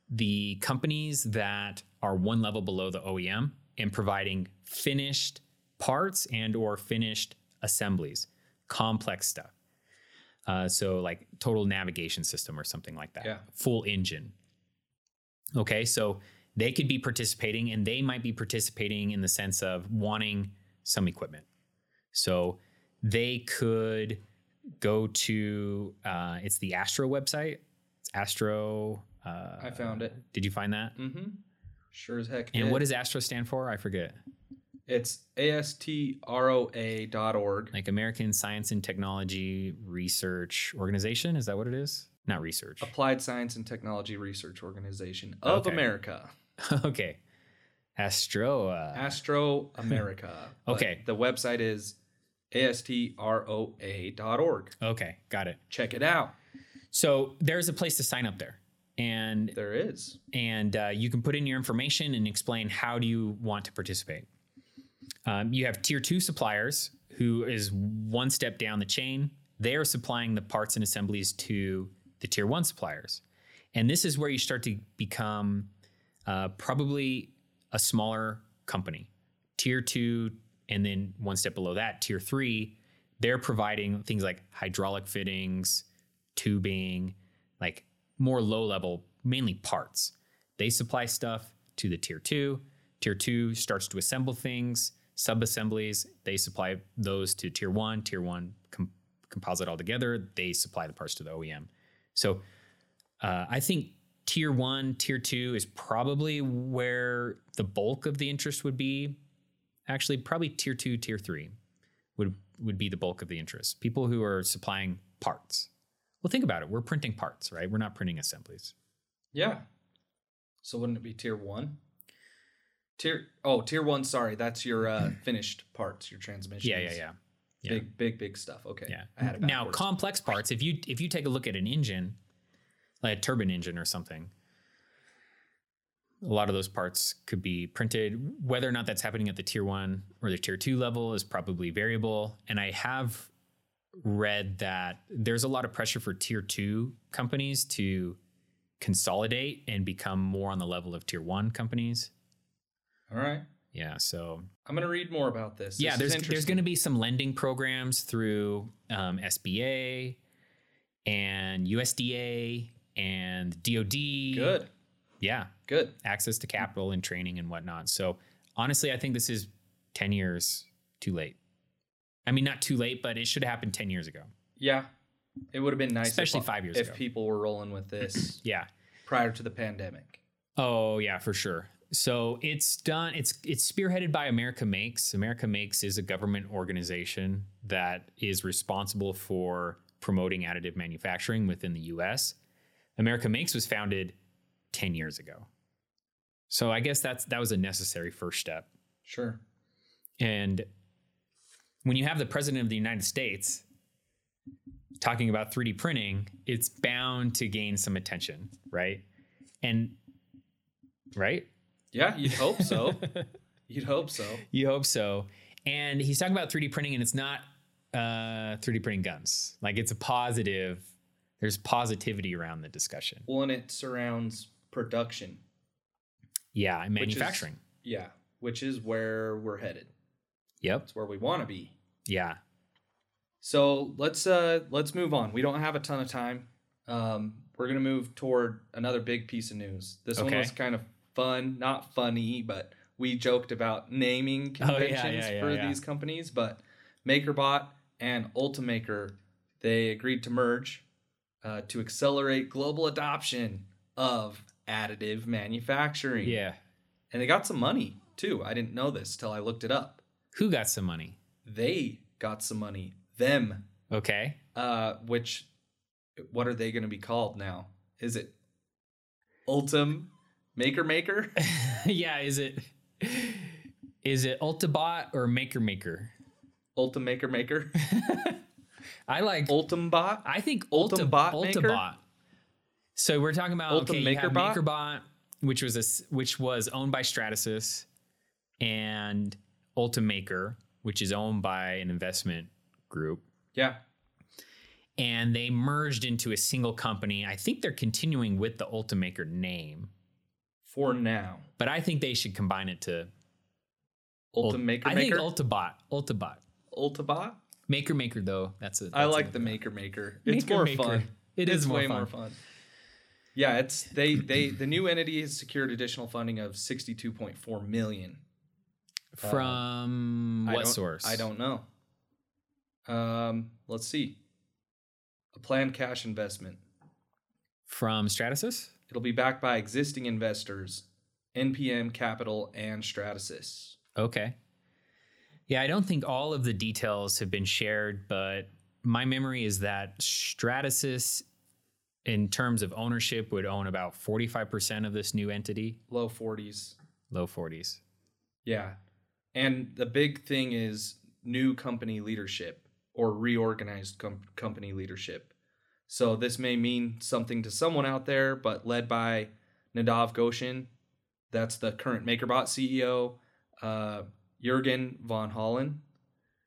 S2: the companies that are one level below the OEM and providing finished parts and or finished assemblies, complex stuff. Uh, so like total navigation system or something like that.
S3: Yeah.
S2: Full engine. Okay, so they could be participating and they might be participating in the sense of wanting some equipment. So they could go to uh, it's the Astro website. It's Astro. Uh,
S3: I found it.
S2: Did you find that?
S3: Mm-hmm. Sure as heck.
S2: And
S3: did.
S2: what does Astro stand for? I forget.
S3: it's astroa dot org.
S2: Like American Science and Technology Research Organization. Is that what it is? Not research.
S3: Applied Science and Technology Research Organization of
S2: Okay.
S3: America,
S2: okay. uh, Astroa.
S3: Astro America. But
S2: Okay.
S3: the website is astroa dot org.
S2: Okay, got it.
S3: Check it out.
S2: So there's a place to sign up there, and
S3: There is.
S2: and uh, you can put in your information and explain how do you want to participate. Um, you have tier two suppliers, who is one step down the chain. They are supplying the parts and assemblies to the tier one suppliers. And this is where you start to become uh, probably a smaller company, tier two, and then one step below that, tier three. They're providing things like hydraulic fittings, tubing, like more low level, mainly parts. They supply stuff to the tier two. Tier two starts to assemble things, sub assemblies. They supply those to tier one. Tier one com- composite all together. They supply the parts to the OEM. So uh, I think tier one, tier two is probably where the bulk of the interest would be. Actually, probably tier two, tier three would would be the bulk of the interest. People who are supplying parts. Well, think about it. We're printing parts, right? We're not printing assemblies.
S3: Yeah. So wouldn't it be tier one? Tier oh tier one. Sorry, that's your uh, finished parts, your transmission.
S2: Yeah, yeah, yeah. yeah.
S3: Big, big, big stuff. Okay.
S2: Yeah.
S3: I had it
S2: now,
S3: backwards.
S2: complex parts. If you if you take a look at an engine, like a turbine engine or something, a lot of those parts could be printed. Whether or not that's happening at the tier one or the tier two level is probably variable. And I have read that there's a lot of pressure for tier two companies to consolidate and become more on the level of tier one companies.
S3: All right.
S2: Yeah. So
S3: I'm gonna read more about this.
S2: yeah,
S3: This is
S2: there's there's
S3: interesting.
S2: going to be some lending programs through um, SBA and USDA and DoD.
S3: good,
S2: Yeah,
S3: good.
S2: access to capital and training and whatnot. So honestly, I think this is ten years too late. I mean, not too late, but it should have happened ten years ago.
S3: Yeah, it would have been nice, if-
S2: Especially five years
S3: if
S2: ago.
S3: people were rolling with this
S2: Yeah.
S3: prior to the pandemic.
S2: Oh yeah, for sure. So it's done. It's it's spearheaded by America Makes. America Makes is a government organization that is responsible for promoting additive manufacturing within the U.S. America Makes was founded ten years ago, so I guess that's that was a necessary first step.
S3: Sure.
S2: And when you have the president of the United States talking about 3D printing, it's bound to gain some attention, right? And right?
S3: Yeah, you'd hope so. you'd hope so.
S2: You hope so. And he's talking about 3D printing, and it's not uh, 3D printing guns. Like it's a positive. There's positivity around the discussion.
S3: Well, and it surrounds production.
S2: Yeah, and
S3: which is-
S2: manufacturing.
S3: yeah, which is where we're headed.
S2: yep.
S3: It's where we want to be.
S2: Yeah.
S3: So let's uh let's move on. We don't have a ton of time. Um, we're gonna move toward another big piece of news. This one
S2: Okay.
S3: was kind of fun, not funny, but we joked about naming
S2: Oh, yeah,
S3: conventions
S2: yeah,
S3: for
S2: yeah,
S3: these companies. But MakerBot and Ultimaker, they agreed to merge uh, to accelerate global adoption of additive manufacturing.
S2: Yeah.
S3: and they got some money too. I didn't know this till I looked it up.
S2: Who got some money?
S3: They got some money. Them
S2: Okay.
S3: uh, which what are they going to be called now? Is it Ultim Maker Maker?
S2: yeah. Is it is it Ultabot or Maker Maker?
S3: Ultim Maker Maker?
S2: I like.
S3: Ultim Bot?
S2: I think
S3: Ultim
S2: Ultabot.
S3: Bot Maker?
S2: Ultabot. So we're talking about
S3: Ultim
S2: okay, you have
S3: MakerBot?
S2: MakerBot, which was a s which was owned by Stratasys, and Ultimaker, which is owned by an investment group,
S3: Yeah.
S2: and they merged into a single company. I think they're continuing with the Ultimaker name,
S3: For now.
S2: but I think they should combine it to Ult-
S3: Ultim Maker
S2: I think
S3: Maker?
S2: Ultabot, Ultabot,
S3: Ultabot?
S2: Maker Maker though. That's it.
S3: I like the Maker Maker. It's
S2: Maker
S3: more
S2: Maker.
S3: fun.
S2: It
S3: it's
S2: is more
S3: way
S2: fun.
S3: more fun. Yeah, it's they they the new entity has secured additional funding of 62.4 million.
S2: from
S3: I
S2: what
S3: don't-
S2: source?
S3: I don't know. Um, let's see. A planned cash investment.
S2: From Stratasys.
S3: It'll be backed by existing investors, NPM Capital, and Stratasys.
S2: Okay. Yeah, I don't think all of the details have been shared, but my memory is that Stratasys, in terms of ownership, would own about 45% of this new entity,
S3: Low 40s.
S2: low 40s.
S3: Yeah. And the big thing is new company leadership or reorganized com- company leadership. So this may mean something to someone out there, but led by Nadav Goshen, that's the current E MakerBot CEO, uh, Jurgen von Hollen,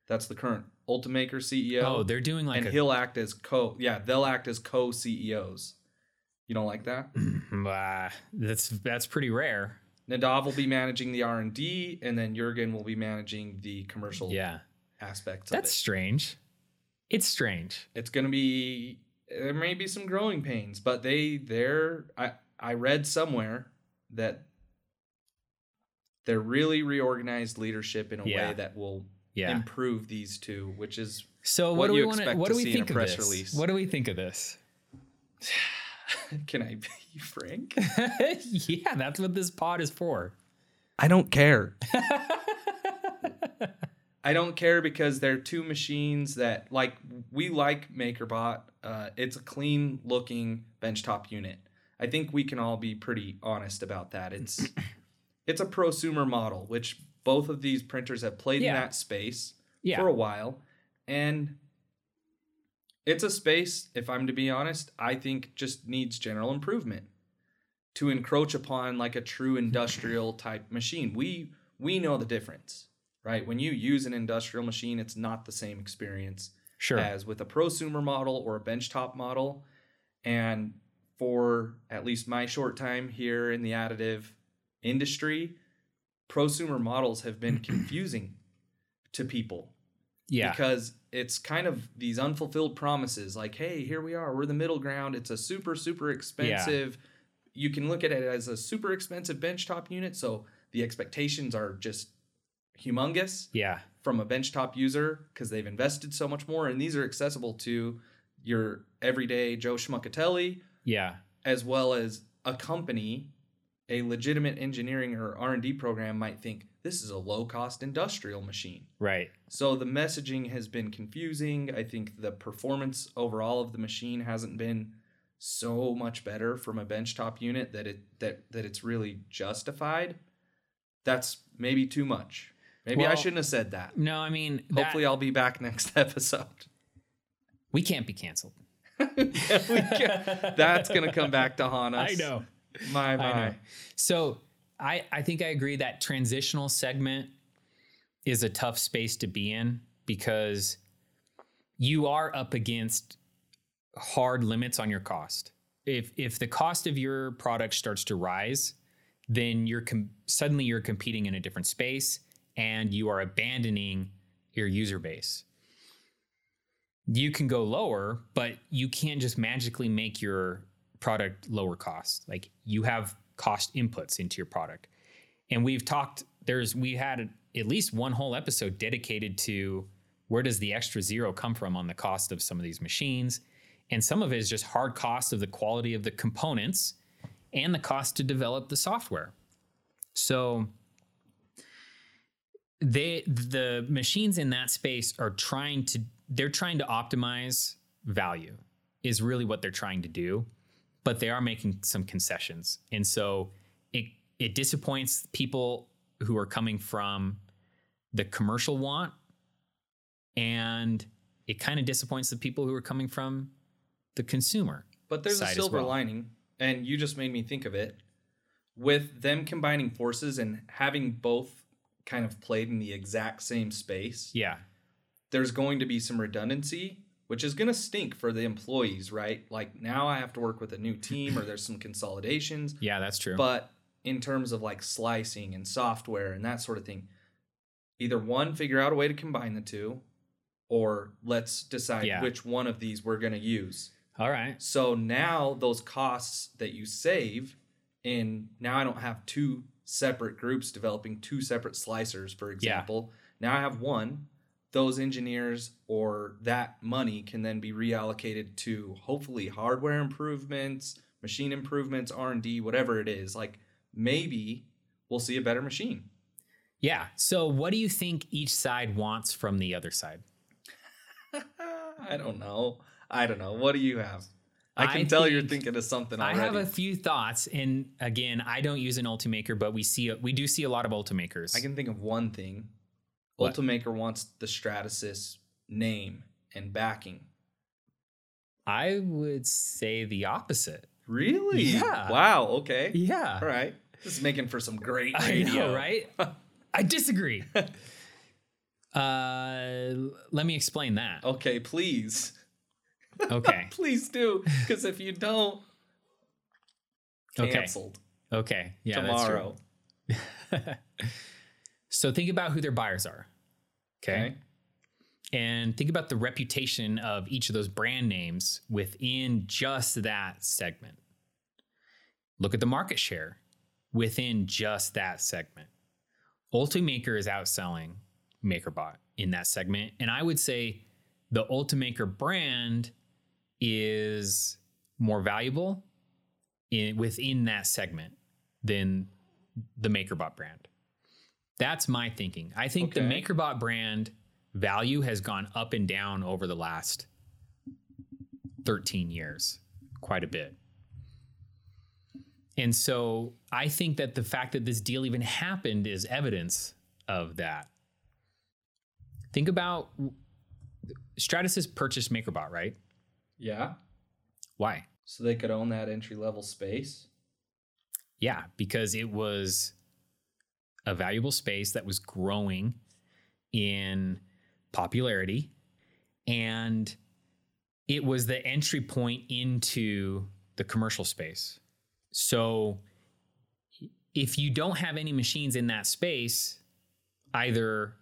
S3: that's the current Ultimaker CEO.
S2: Oh, they're doing like
S3: and
S2: a.
S3: he'll act as co. Yeah, they'll act as co CEOs. You don't like that?
S2: Ah, that's that's pretty rare.
S3: Nadav will be managing the R and D, and then Jurgen will be managing the commercial
S2: Yeah,
S3: aspects.
S2: that's
S3: of
S2: strange. It's strange.
S3: it. it's going to be there may be some growing pains, but they they're I I read somewhere that they're really reorganized leadership in a
S2: Yeah.
S3: way that will
S2: Yeah.
S3: improve these two, which is
S2: So what,
S3: What
S2: do we
S3: you
S2: want?
S3: expect
S2: What
S3: to
S2: do we
S3: see in a
S2: think of
S3: press
S2: this?
S3: release.
S2: What do we think of this?
S3: can I be frank?
S2: yeah, that's what this pod is for.
S3: I don't care. I don't care because they're two machines that like we like MakerBot. Uh, it's a clean looking benchtop unit. I think we can all be pretty honest about that. It's it's a prosumer model, which both of these printers have played in
S2: Yeah.
S3: that space
S2: Yeah.
S3: for a while, and it's a space. If I'm to be honest, I think just needs general improvement to encroach upon like a true
S2: Mm-hmm.
S3: industrial type machine. We we know the difference, right? When you use an industrial machine, it's not the same experience
S2: Sure.
S3: as with a prosumer model or a benchtop model. And for at least my short time here in the additive industry, prosumer models have been confusing to people
S2: yeah.
S3: because it's kind of these unfulfilled promises like hey here we are we're the middle ground it's a super super expensive you can look at it as a super expensive benchtop unit so the expectations are just humongous
S2: yeah.
S3: from a benchtop user because they've invested so much more and these are accessible to your everyday joe schmuckatelli
S2: Yeah.
S3: as well as a company a legitimate engineering or r&d program might think this is a low cost industrial machine
S2: Right.
S3: so the messaging has been confusing. I think the performance overall of the machine hasn't been so much better from a benchtop unit that it that that it's really justified. That's maybe too much. Maybe I
S2: Well,
S3: shouldn't have said that.
S2: No, I mean, that-
S3: Hopefully I'll be back next episode.
S2: we can't be canceled.
S3: That's going to come back to haunt us.
S2: I know.
S3: My my.
S2: I know. So I, I think I agree that transitional segment is a tough space to be in because you are up against hard limits on your cost. If if the cost of your product starts to rise, then you're com- suddenly you're competing in a different space and you are abandoning your user base. You can go lower, but you can't just magically make your product lower cost. Like you have cost inputs into your product. And we've talked there's we had at least one whole episode dedicated to where does the extra zero come from on the cost of some of these machines? And some of it is just hard cost of the quality of the components and the cost to develop the software. So they the machines in that space are trying to they're trying to optimize value is really what they're trying to do, but they are making some concessions. And so it it disappoints people who are coming from the commercial want and it kind of disappoints the people who are coming from the consumer.
S3: But there's
S2: side
S3: a
S2: as
S3: silver
S2: well.
S3: lining, and you just made me think of it. With them combining forces and having both kind of played in the exact same space,
S2: Yeah.
S3: there's going to be some redundancy, which is going to stink for the employees, right? Like now I have to work with a new team, or there's some consolidations.
S2: Yeah, that's true.
S3: But in terms of like slicing and software and that sort of thing, either one, figure out a way to combine the two, or let's decide
S2: Yeah.
S3: which one of these we're going to use.
S2: All right.
S3: So now those costs that you save in now I don't have two separate groups developing two separate slicers, for example. Now I have one. Those engineers or that money can then be reallocated to hopefully hardware improvements, machine improvements, R and D, whatever it is. Like maybe we'll see a better machine.
S2: Yeah. So what do you think each side wants from the other side?
S3: I don't know. I don't know. What do you have? I can
S2: I
S3: tell you're
S2: think-
S3: thinking of something already.
S2: I have a few thoughts, and again, I don't use an Ultimaker, but we see we do see a lot of Ultimakers.
S3: I can think of one thing.
S2: What?
S3: Ultimaker wants the Stratasys name and backing.
S2: I would say the opposite.
S3: Really?
S2: Yeah.
S3: Wow. Okay.
S2: Yeah,
S3: All right. This is making for some great
S2: I
S3: radio,
S2: know, right? I disagree. Uh, let me explain that.
S3: Okay, please.
S2: Okay.
S3: Please do. Because if you don't,
S2: Okay.
S3: canceled
S2: Okay. Yeah. that's true.
S3: tomorrow.
S2: So think about who their buyers are. Okay.
S3: Okay.
S2: And think about the reputation of each of those brand names within just that segment. Look at the market share within just that segment. Ultimaker is outselling MakerBot in that segment. And I would say the Ultimaker brand is more valuable in, within that segment than the MakerBot brand. That's my thinking. I think the
S3: Okay.
S2: MakerBot brand value has gone up and down over the last 13 years, quite a bit. And so I think that the fact that this deal even happened is evidence of that. Think about Stratus has purchased MakerBot, right?
S3: Yeah.
S2: Why?
S3: So they could own that entry level space.
S2: Yeah, because it was a valuable space that was growing in popularity and it was the entry point into the commercial space. So if you don't have any machines in that space, either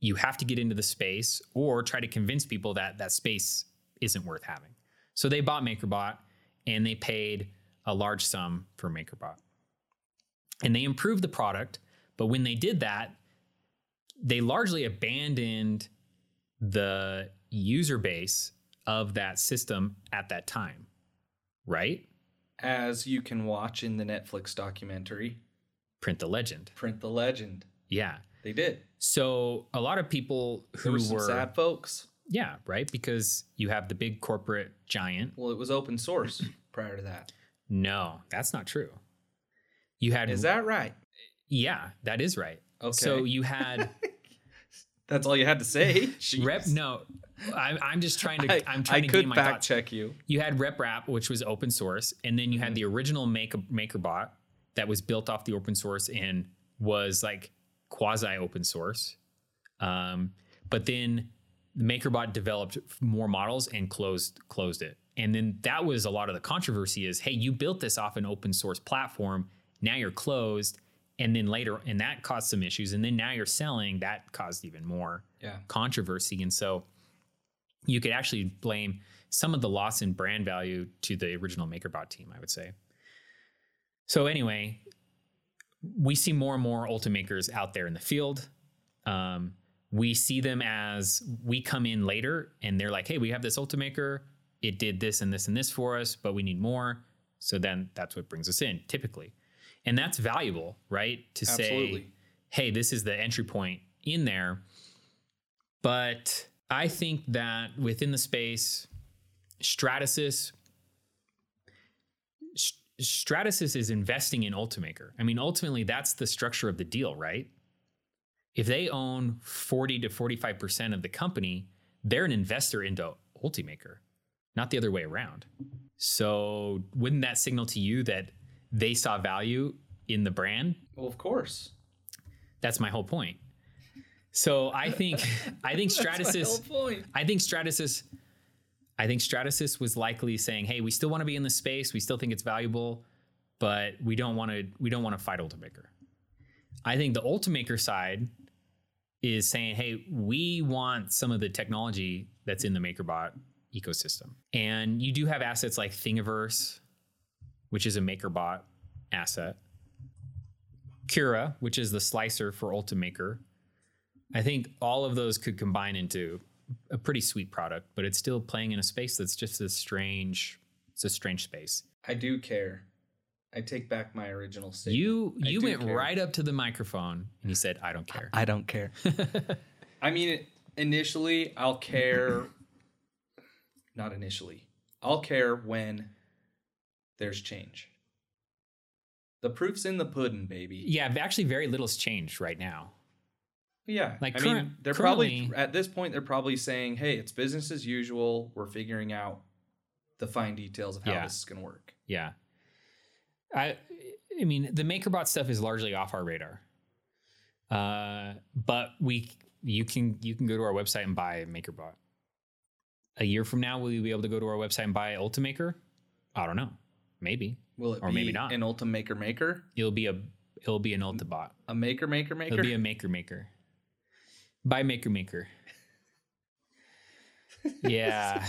S2: you have to get into the space or try to convince people that that space isn't worth having. So they bought MakerBot and they paid a large sum for MakerBot. And they improved the product, but when they did that, they largely abandoned the user base of that system at that time. Right?
S3: As you can watch in the Netflix documentary,
S2: Print the legend.
S3: Print the Legend.
S2: Yeah.
S3: They did.
S2: So a lot of people who
S3: There were some
S2: were
S3: sad folks.
S2: yeah, right? Because you have the big corporate giant.
S3: Well, it was open source prior to that.
S2: No, that's not true. You had
S3: Is that right?
S2: yeah, that is right. So
S3: Okay.
S2: you had
S3: That's all you had to say. Jeez.
S2: Rep, no, I'm, I'm just trying to.
S3: I,
S2: I, am trying
S3: I
S2: to
S3: could
S2: gain my
S3: fact
S2: thoughts.
S3: check you.
S2: You had Rep Rap, which was open source, and then you had the original Maker MakerBot that was built off the open source and was like quasi open source. Um, but then MakerBot developed more models and closed closed it. And then that was a lot of the controversy is, hey, you built this off an open source platform, now you're closed, and then later, and that caused some issues, and then now you're selling, that caused even more
S3: Yeah.
S2: controversy. And so you could actually blame some of the loss in brand value to the original MakerBot team, I would say. So, anyway, we see more and more Ultimakers out there in the field. Um, we see them as we come in later and they're like, hey, we have this Ultimaker. It did this and this and this for us, but we need more. So then that's what brings us in typically. And that's valuable, right? To say,
S3: Absolutely.
S2: hey, this is the entry point in there. But I think that within the space, Stratasys, S- Stratasys is investing in Ultimaker. I mean, ultimately, that's the structure of the deal, right? If they own 40 to 45% of the company, they're an investor into Ultimaker, not the other way around. So, wouldn't that signal to you that they saw value in the brand
S3: Well, of course.
S2: that's my whole point. So I think I think
S3: That's my whole
S2: Stratasys
S3: point.
S2: I think Stratasys I think Stratasys was likely saying, "Hey, we still want to be in this space. We still think it's valuable, but we don't want to we don't want to fight Ultimaker." I think the Ultimaker side is saying, "Hey, we want some of the technology that's in the MakerBot ecosystem." And you do have assets like Thingiverse, which is a MakerBot asset. Cura, which is the slicer for Ultimaker. I think all of those could combine into a pretty sweet product, but it's still playing in a space that's just a strange, it's a strange space.
S3: I do care. I take back my original statement.
S2: You
S3: I
S2: you
S3: do
S2: went
S3: care.
S2: right up to the microphone and you said, "I don't care."
S3: I don't care. I mean, initially, I'll care. Not initially. I'll care when there's change. The proof's in the pudding, baby.
S2: yeah, actually, very little's changed right now.
S3: Yeah.
S2: Like
S3: I mean,
S2: current-
S3: they're probably,
S2: currently-
S3: at this point, they're probably saying, hey, it's business as usual. We're figuring out the fine details of how
S2: Yeah.
S3: this is going to work.
S2: Yeah, I I mean the MakerBot stuff is largely off our radar, uh, but we you can you can go to our website and buy MakerBot. A year from now, will you be able to go to our website and buy Ultimaker? I don't know. Maybe
S3: Will it
S2: Or
S3: be
S2: maybe not.
S3: an Ultimaker maker?
S2: it'll be a it'll be an Ultibot.
S3: A maker maker maker?
S2: It'll be a maker maker. Buy maker maker. yeah.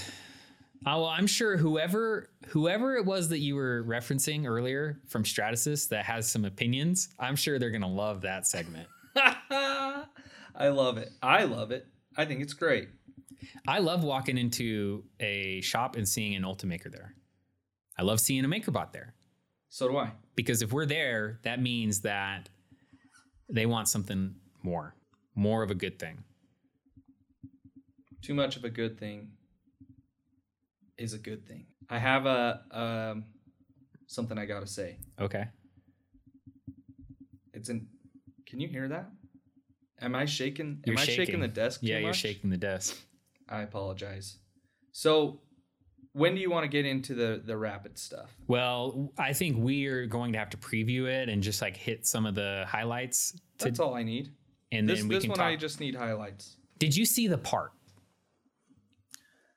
S2: Oh, well, I'm sure whoever whoever it was that you were referencing earlier from Stratasys that has some opinions, I'm sure they're gonna love that segment.
S3: I love it. I love it. I think it's great.
S2: I love walking into a shop and seeing an Ultimaker there. I love seeing a MakerBot there
S3: So do I.
S2: because if we're there, that means that they want something more, more of a good thing.
S3: Too much of a good thing is a good thing. I have a um, something I gotta say.
S2: Okay.
S3: It's in. Can you hear that? Am I shaking?
S2: You're
S3: am I shaking the desk?
S2: Yeah,
S3: too
S2: you're
S3: much?
S2: shaking the desk.
S3: I apologize. So, when do you want to get into the the rapid stuff?
S2: Well, I think we are going to have to preview it and just like hit some of the highlights,
S3: That's all I need.
S2: and
S3: This
S2: then we
S3: this
S2: can
S3: one
S2: talk.
S3: I just need highlights.
S2: Did you see the part?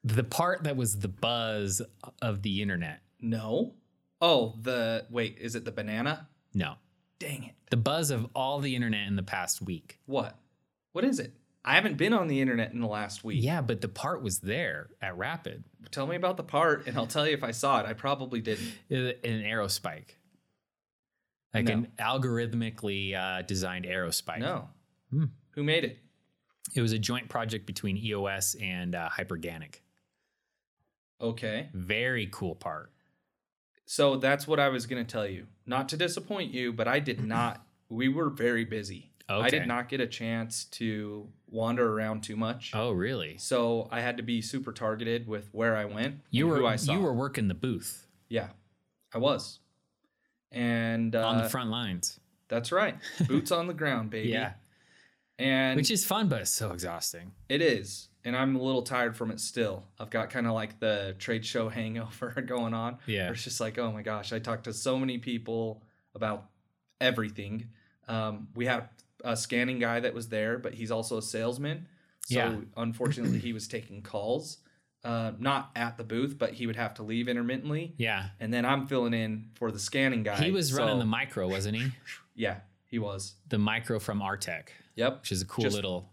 S2: The part that was the buzz of the internet.
S3: No. Oh, the wait. Is it the banana?
S2: No,
S3: Dang it.
S2: the buzz of all the internet in the past week.
S3: What? What is it? I haven't been on the internet in the last week.
S2: Yeah, but the part was there at Rapid
S3: Tell me about the part, and I'll tell you if I saw it. I probably didn't.
S2: uh, in an arrow spike, like
S3: No.
S2: an algorithmically uh, designed arrow spike.
S3: No. Who made it?
S2: It was a joint project between EOS and uh, Hyperganic.
S3: Okay.
S2: Very cool part.
S3: So that's what I was going to tell you. Not to disappoint you, but I did not. We were very busy. I
S2: Okay.
S3: did not get a chance to wander around too much.
S2: Oh, really?
S3: So I had to be super targeted with where I went.
S2: You
S3: and
S2: were
S3: who I saw.
S2: you were working the booth
S3: yeah, I was. And uh,
S2: on the front lines.
S3: that's right. Boots on the ground, baby.
S2: Yeah,
S3: And
S2: which is fun, but it's so exhausting.
S3: It is, and I'm a little tired from it still. I've got kind of like the trade show hangover going on.
S2: Yeah.
S3: where it's just like, oh my gosh, I talked to so many people about everything. Um, we had a scanning guy that was there, but he's also a salesman. So
S2: Yeah.
S3: unfortunately, he was taking calls, uh, not at the booth, but he would have to leave intermittently.
S2: Yeah,
S3: And then I'm filling in for the scanning guy.
S2: he was running
S3: so-
S2: the micro, wasn't he?
S3: Yeah, he was.
S2: The micro from Artec,
S3: Yep.
S2: which is a cool
S3: Just
S2: little.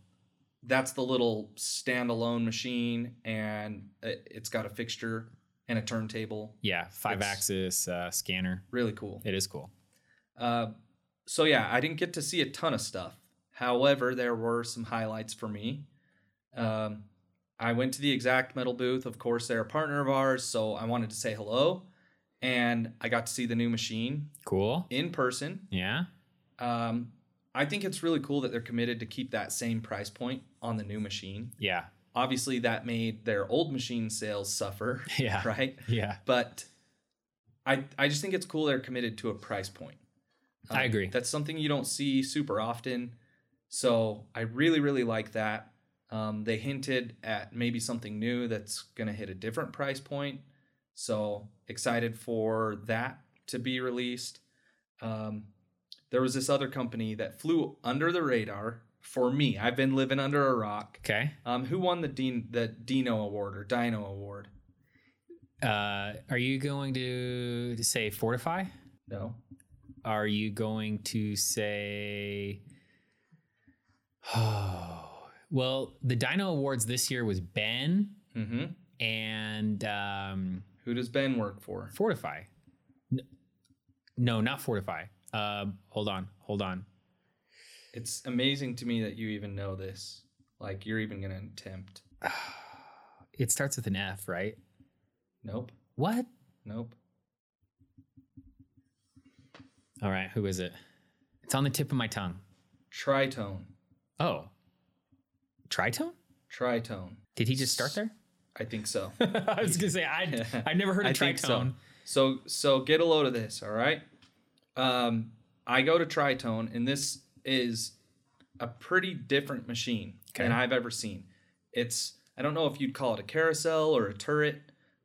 S3: that's the little standalone machine and it- it's got a fixture and a turntable
S2: Yeah, five
S3: It's-
S2: axis uh, scanner.
S3: really cool
S2: It is cool.
S3: uh, so yeah i didn't get to see a ton of stuff however there were some highlights for me um, i went to the exact metal booth of course they're a partner of ours so i wanted to say hello and i got to see the new machine
S2: Cool.
S3: in person
S2: Yeah.
S3: um, i think it's really cool that they're committed to keep that same price point on the new machine
S2: Yeah.
S3: obviously that made their old machine sales suffer
S2: Yeah.
S3: right
S2: Yeah.
S3: but i i just think it's cool they're committed to a price point Um,
S2: I agree.
S3: that's something you don't see super often so i really really like that um, they hinted at maybe something new that's going to hit a different price point so excited for that to be released um, there was this other company that flew under the radar for me i've been living under a rock
S2: Okay.
S3: um, who won the Dean the Dino Award or Dino Award?
S2: Uh, are you going to say fortify?
S3: No.
S2: Are you going to say? Oh, well, the Dino Awards this year was Ben
S3: Mm-hmm.
S2: and um,
S3: Who does Ben work for?
S2: Fortify. N- No, not Fortify. Um, hold on, hold on.
S3: It's amazing to me that you even know this. Like you're even gonna attempt.
S2: It starts with an F, right?
S3: Nope.
S2: What?
S3: Nope.
S2: All right, who is it? It's on the tip of my tongue.
S3: Tritone.
S2: Oh, Tritone?
S3: Tritone.
S2: Did he just start there?
S3: I think so.
S2: I was gonna say I I've never heard of
S3: I
S2: Tritone.
S3: think So. so so get a load of this, all right? Um, I go to Tritone, and this is a pretty different machine than
S2: Okay.
S3: I've ever seen. It's I don't know if you'd call it a carousel or a turret,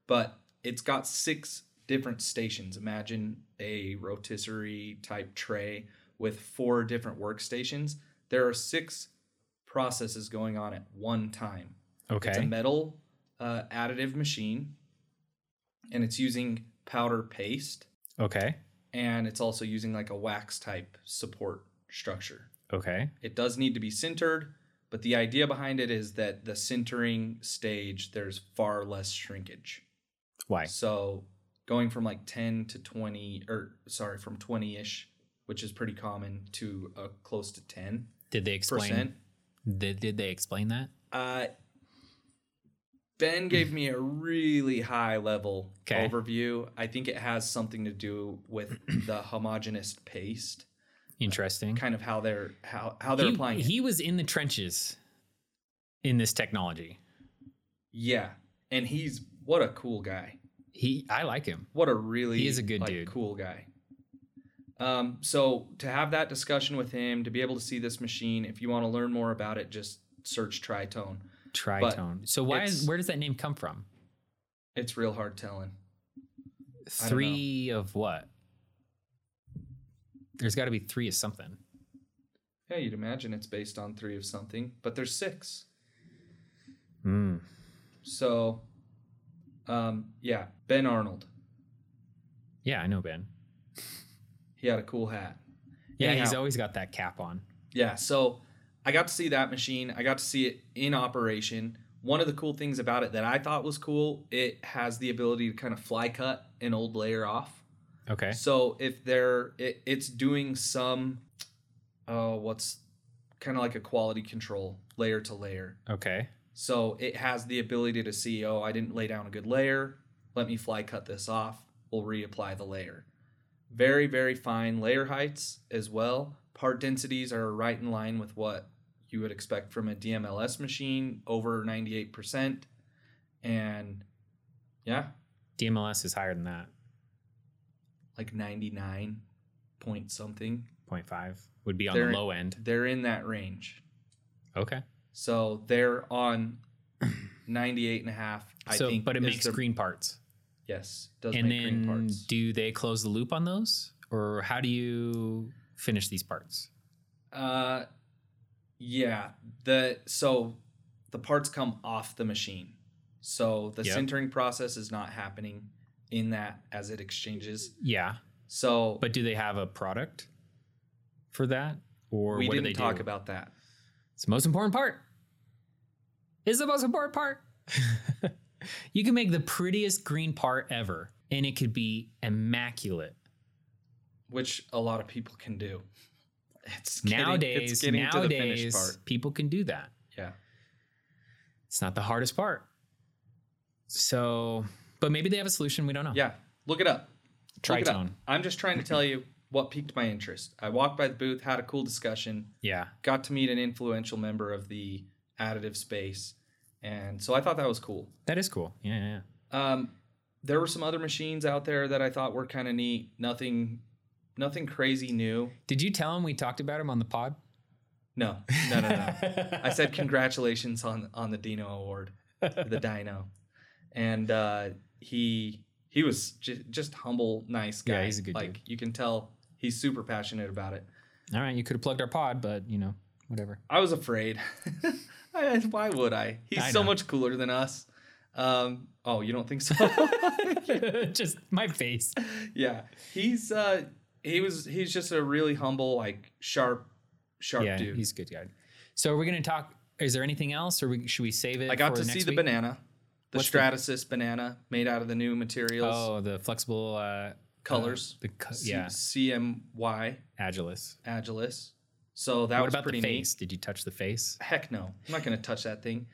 S3: but it's got six different stations. Imagine a rotisserie type tray with four different workstations. There are six processes going on at one time. It's a
S2: Okay.
S3: metal uh, additive machine, and it's using powder paste,
S2: Okay.
S3: and it's also using like a wax type support structure.
S2: Okay.
S3: It does need to be sintered, but the idea behind it is that the sintering stage, there's far less shrinkage.
S2: Why?
S3: So going from like 10 to 20, or sorry, from 20 ish, which is pretty common, to uh, close to 10%.
S2: Did they explain? Did, did they explain that?
S3: Uh, ben gave me a really high level
S2: 'Kay.
S3: overview. I think it has something to do with the homogeneous paste,
S2: Interesting.
S3: kind of how they're how how they're
S2: he,
S3: applying. it.
S2: he was in the trenches in this technology.
S3: Yeah, and he's what a cool guy.
S2: He, I like him.
S3: What a really
S2: He is a good
S3: like,
S2: dude.
S3: Cool guy. Um, so to have that discussion with him, to be able to see this machine, if you want to learn more about it, just search Tritone.
S2: Tritone. so why?
S3: it's-
S2: Is, where does that name come from?
S3: It's real hard telling. know.
S2: Three of what? There's got to be three of something.
S3: Yeah, you'd imagine it's based on three of something, but there's six. So, um, yeah, Ben Arnold.
S2: Yeah, I know Ben.
S3: He had a cool hat.
S2: Yeah, he's
S3: Anyhow.
S2: always got that cap on.
S3: Yeah, so I got to see that machine. I got to see it in operation. One of the cool things about it that I thought was cool, it has the ability to kind of fly cut an old layer off.
S2: Okay.
S3: So if there, it, it's doing some, oh, what's kind of like a quality control layer to layer.
S2: Okay.
S3: So it has the ability to see, oh, I didn't lay down a good layer. Let me fly cut this off. We'll reapply the layer. Very, very fine layer heights as well. Part densities are right in line with what you would expect from a DMLS machine, over 98%. And yeah,
S2: DMLS is higher than that.
S3: like 99 point something.
S2: 0.5 would be on
S3: They're-
S2: the low end.
S3: They're in that range.
S2: Okay.
S3: So they're on 98 and a half. I
S2: so,
S3: think
S2: but it
S3: is
S2: makes
S3: the-
S2: green parts.
S3: Yes, does
S2: And
S3: make green
S2: then,
S3: parts.
S2: do they close the loop on those, or how do you finish these parts?
S3: Uh, yeah. The so the parts come off the machine, so the
S2: Yep.
S3: sintering process is not happening in that as it exchanges.
S2: Yeah,
S3: So,
S2: but do they have a product for that, or
S3: we
S2: what
S3: didn't
S2: do they
S3: talk
S2: do?
S3: about that.
S2: It's the most important part. It's the most important part. you can make the prettiest green part ever, and it could be immaculate.
S3: Which a lot of people can do. It's getting,
S2: Nowadays,
S3: it's getting to the
S2: nowadays,
S3: finished part.
S2: people can do that.
S3: Yeah,
S2: It's not the hardest part. So, but maybe they have a solution. We don't know.
S3: yeah. Look it up. Look it up.
S2: Tritone.
S3: I'm just trying to tell you what piqued my interest. I walked by the booth, had a cool discussion.
S2: Yeah.
S3: got to meet an influential member of the additive space and so i thought that was cool
S2: That is cool. Yeah. yeah, yeah.
S3: um, there were some other machines out there that i thought were kind of neat nothing nothing crazy new
S2: Did you tell him we talked about him on the pod?
S3: no no no no i said congratulations on on the dino award the dino and uh, he he was j- just humble nice guy
S2: Yeah, he's a good
S3: like you can tell he's super passionate about it
S2: All right. You could have plugged our pod, but you know, whatever.
S3: I was afraid. I- Why would I? He's
S2: I
S3: so
S2: know.
S3: much cooler than us. Um, oh, you don't think so?
S2: Just my face.
S3: yeah, he's uh, he was he's just a really humble, like sharp, sharp
S2: Yeah.
S3: dude.
S2: He's a good guy. So, are we going to talk? Is there anything else or we, should we save it?
S3: I got
S2: for
S3: to
S2: next
S3: see the
S2: week?
S3: banana, the
S2: What's the-
S3: Stratasys banana made out of the new materials,
S2: Oh, the flexible uh,
S3: colors,
S2: The co-
S3: C-
S2: yeah,
S3: CMY
S2: Agilis.
S3: Agilis. So that
S2: What
S3: was
S2: about
S3: pretty
S2: the
S3: neat.
S2: face? Did you touch the face?
S3: Heck no, I'm not gonna touch that thing,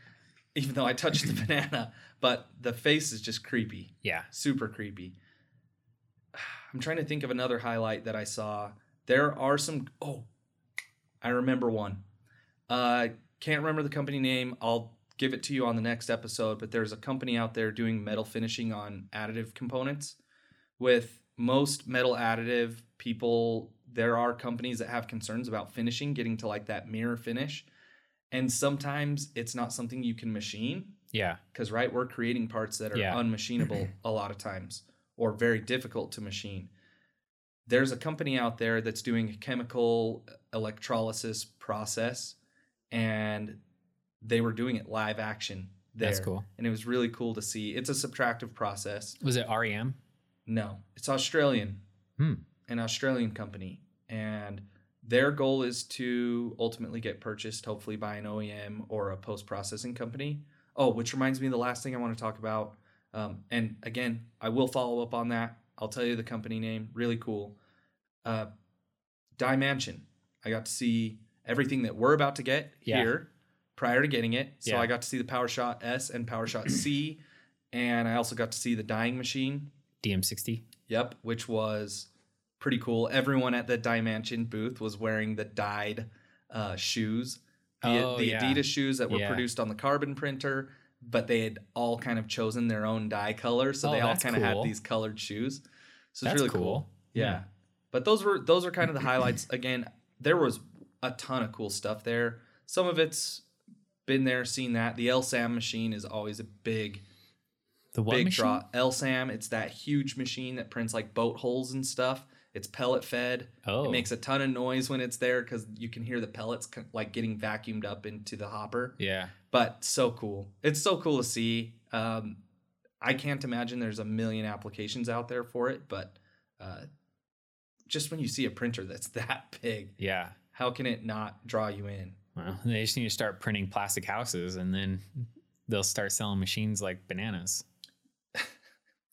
S3: even though I touched the banana. But the face is just creepy.
S2: Yeah.
S3: super creepy. I'm trying to think of another highlight that I saw. There are some. Oh, I remember one. Uh, can't remember the company name. I'll give it to you on the next episode. But there's a company out there doing metal finishing on additive components. With most metal additive people, there are companies that have concerns about finishing, getting to like that mirror finish. And sometimes it's not something you can machine
S2: Yeah.
S3: because right we're creating parts that are
S2: Yeah.
S3: unmachinable a lot of times or very difficult to machine there's a company out there that's doing a chemical electrolysis uh, process and they were doing it live action. There.
S2: That's cool.
S3: and it was really cool to see. It's a subtractive process.
S2: Was it E REM?
S3: No, it's Australian,
S2: Hmm.
S3: an Australian company, and their goal is to ultimately get purchased, hopefully by an OEM or a post processing company. Oh, which reminds me, the last thing I want to talk about, um, and again, I will follow up on that. I'll tell you the company name. Really cool, uh, Die Mansion. I got to see everything that we're about to get
S2: Yeah.
S3: here prior to getting it. So
S2: Yeah.
S3: I got to see the PowerShot S and PowerShot C, and I also got to see the Dying Machine,
S2: DM60.
S3: Yep, which was pretty cool. Everyone at the Dimension booth was wearing the dyed uh, shoes, the,
S2: Oh,
S3: the
S2: yeah.
S3: Adidas shoes that were
S2: Yeah.
S3: produced on the carbon printer, but they had all kind of chosen their own dye color, so
S2: Oh,
S3: they all
S2: that's
S3: kind of
S2: cool.
S3: had these colored shoes. So it's
S2: That's
S3: really
S2: cool.
S3: cool. Yeah.
S2: Yeah.
S3: But those were those are kind of the highlights. Again, there was a ton of cool stuff there. Some of it's been there, seen that. The LSAM machine is always a big
S2: The what
S3: big
S2: machine?
S3: draw. LSAM, it's that huge machine that prints like boat holes and stuff. It's pellet fed.
S2: Oh.
S3: It makes a ton of noise when it's there because you can hear the pellets c- like getting vacuumed up into the hopper.
S2: Yeah.
S3: But so cool. It's so cool to see. Um, I can't imagine there's a million applications out there for it, but uh, just when you see a printer that's that big,
S2: Yeah.
S3: how can it not draw you in?
S2: Well, they just need to start printing plastic houses and then they'll start selling machines like bananas.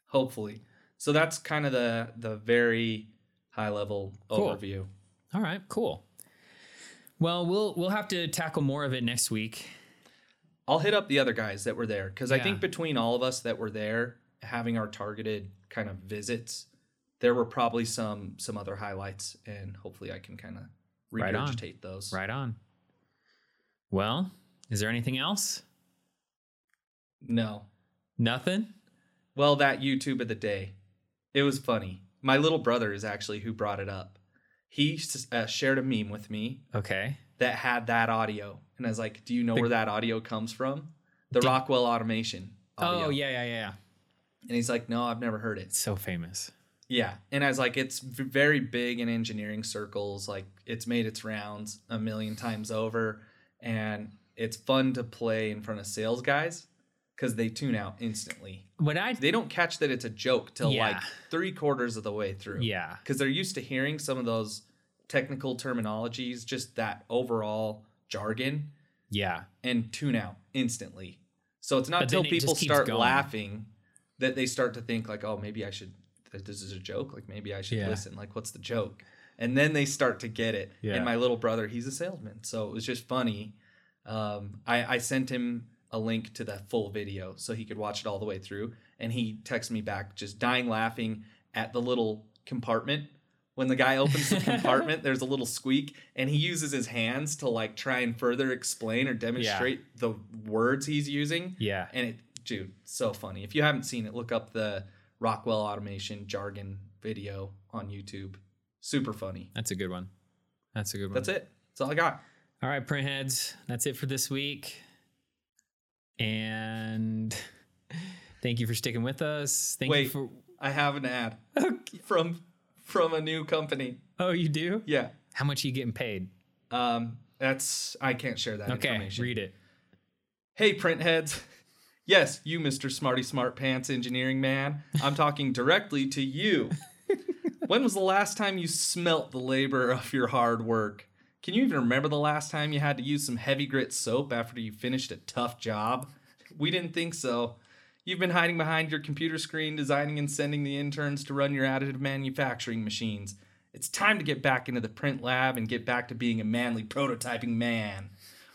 S3: Hopefully. So that's kind of the the very high level
S2: Cool.
S3: overview.
S2: All right, cool. Well, we'll we'll have to tackle more of it next week.
S3: I'll hit up the other guys that were there because I
S2: Yeah.
S3: think between all of us that were there, having our targeted kind of visits, there were probably some some other highlights, and hopefully I can kind of
S2: Right on.
S3: regurgitate those.
S2: Right on. Well, is there anything else?
S3: No,
S2: Nothing?
S3: well that YouTube of the day, it was funny. My little brother is actually who brought it up. He s- uh, shared a meme with me
S2: Okay.
S3: that had that audio, and I was like, "Do you know where that audio comes from? The Rockwell Automation." Audio.
S2: Oh, yeah, yeah, yeah, yeah.
S3: And he's like, "No, I've never heard it."
S2: It's so famous.
S3: Yeah, and I was like, it's v- very big in engineering circles. Like, it's made its rounds a million times over, and it's fun to play in front of sales guys because they tune out instantly.
S2: What I
S3: They don't catch that it's a joke till
S2: Yeah.
S3: like three quarters of the way through.
S2: Yeah.
S3: because they're used to hearing some of those technical terminologies, just that overall jargon,
S2: Yeah.
S3: and tune out instantly. So it's not
S2: But
S3: till
S2: then it just
S3: people
S2: keeps
S3: start
S2: going.
S3: laughing that they start to think like, oh, maybe I should. That this is a joke. Like maybe I should
S2: Yeah.
S3: listen. Like what's the joke? And then they start to get it.
S2: Yeah.
S3: And my little brother, he's a salesman, so it was just funny. Um, I, I sent him a link to the full video so he could watch it all the way through, and he texted me back just dying laughing at the little compartment. When the guy opens the compartment, there's a little squeak, and he uses his hands to like try and further explain or demonstrate demonstrate the words he's using.
S2: Yeah.
S3: And it, dude, so funny. If you haven't seen it, look up the Rockwell automation jargon video on YouTube. Super funny.
S2: That's a good one. That's a good one.
S3: That's it. That's all I got.
S2: All right, printheads. That's it for this week. And thank you for sticking with us. Thank you
S3: Wait,
S2: for
S3: I have an ad from from a new company.
S2: Oh, you do?
S3: Yeah.
S2: How much are you getting paid?
S3: Um, that's I can't share that
S2: Okay,
S3: information.
S2: read it.
S3: Hey, printheads. Yes, you, Mr. Smarty Smart Pants Engineering Man. I'm talking directly to you. when was the last time you smelt the labor of your hard work? Can you even remember the last time you had to use some heavy grit soap after you finished a tough job? We didn't think so. You've been hiding behind your computer screen, designing and sending the interns to run your additive manufacturing machines. It's time to get back into the print lab and get back to being a manly prototyping man.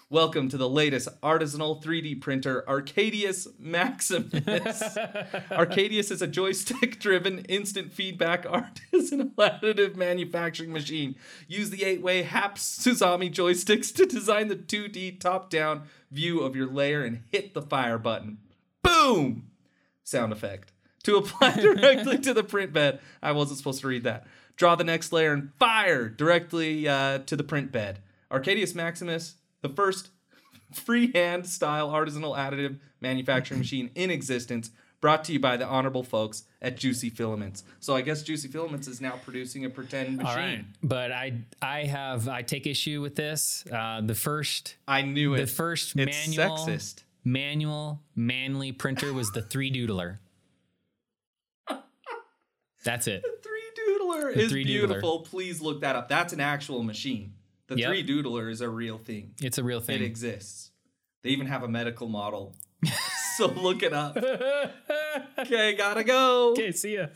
S3: Welcome to the latest artisanal 3D printer, Arcadius Maximus. Arcadius is a joystick driven instant feedback artisanal additive manufacturing machine. Use the eight way HAPS Suzami joysticks to design the 2D top down view of your layer and hit the fire button. Boom! sound effect to apply directly to the print bed. I wasn't supposed to read that. Draw the next layer and fire directly uh, to the print bed. Arcadius Maximus, the first freehand style artisanal additive manufacturing machine in existence, Brought to you by the honorable folks at Juicy Filaments. So I guess Juicy Filaments is now producing a pretend machine.
S2: All right, but I I have I take issue with this. Uh, the first
S3: I knew it.
S2: the first
S3: it's
S2: manual
S3: sexist.
S2: manual manly printer was the three doodler. That's it.
S3: Three doodler is
S2: three doodler.
S3: beautiful. Please look that up. That's an actual machine. The
S2: Yep.
S3: three doodler is a real thing.
S2: It's a real
S3: It
S2: thing.
S3: exists. They even have a medical model. so look it up. Okay, gotta go.
S2: Okay, see ya.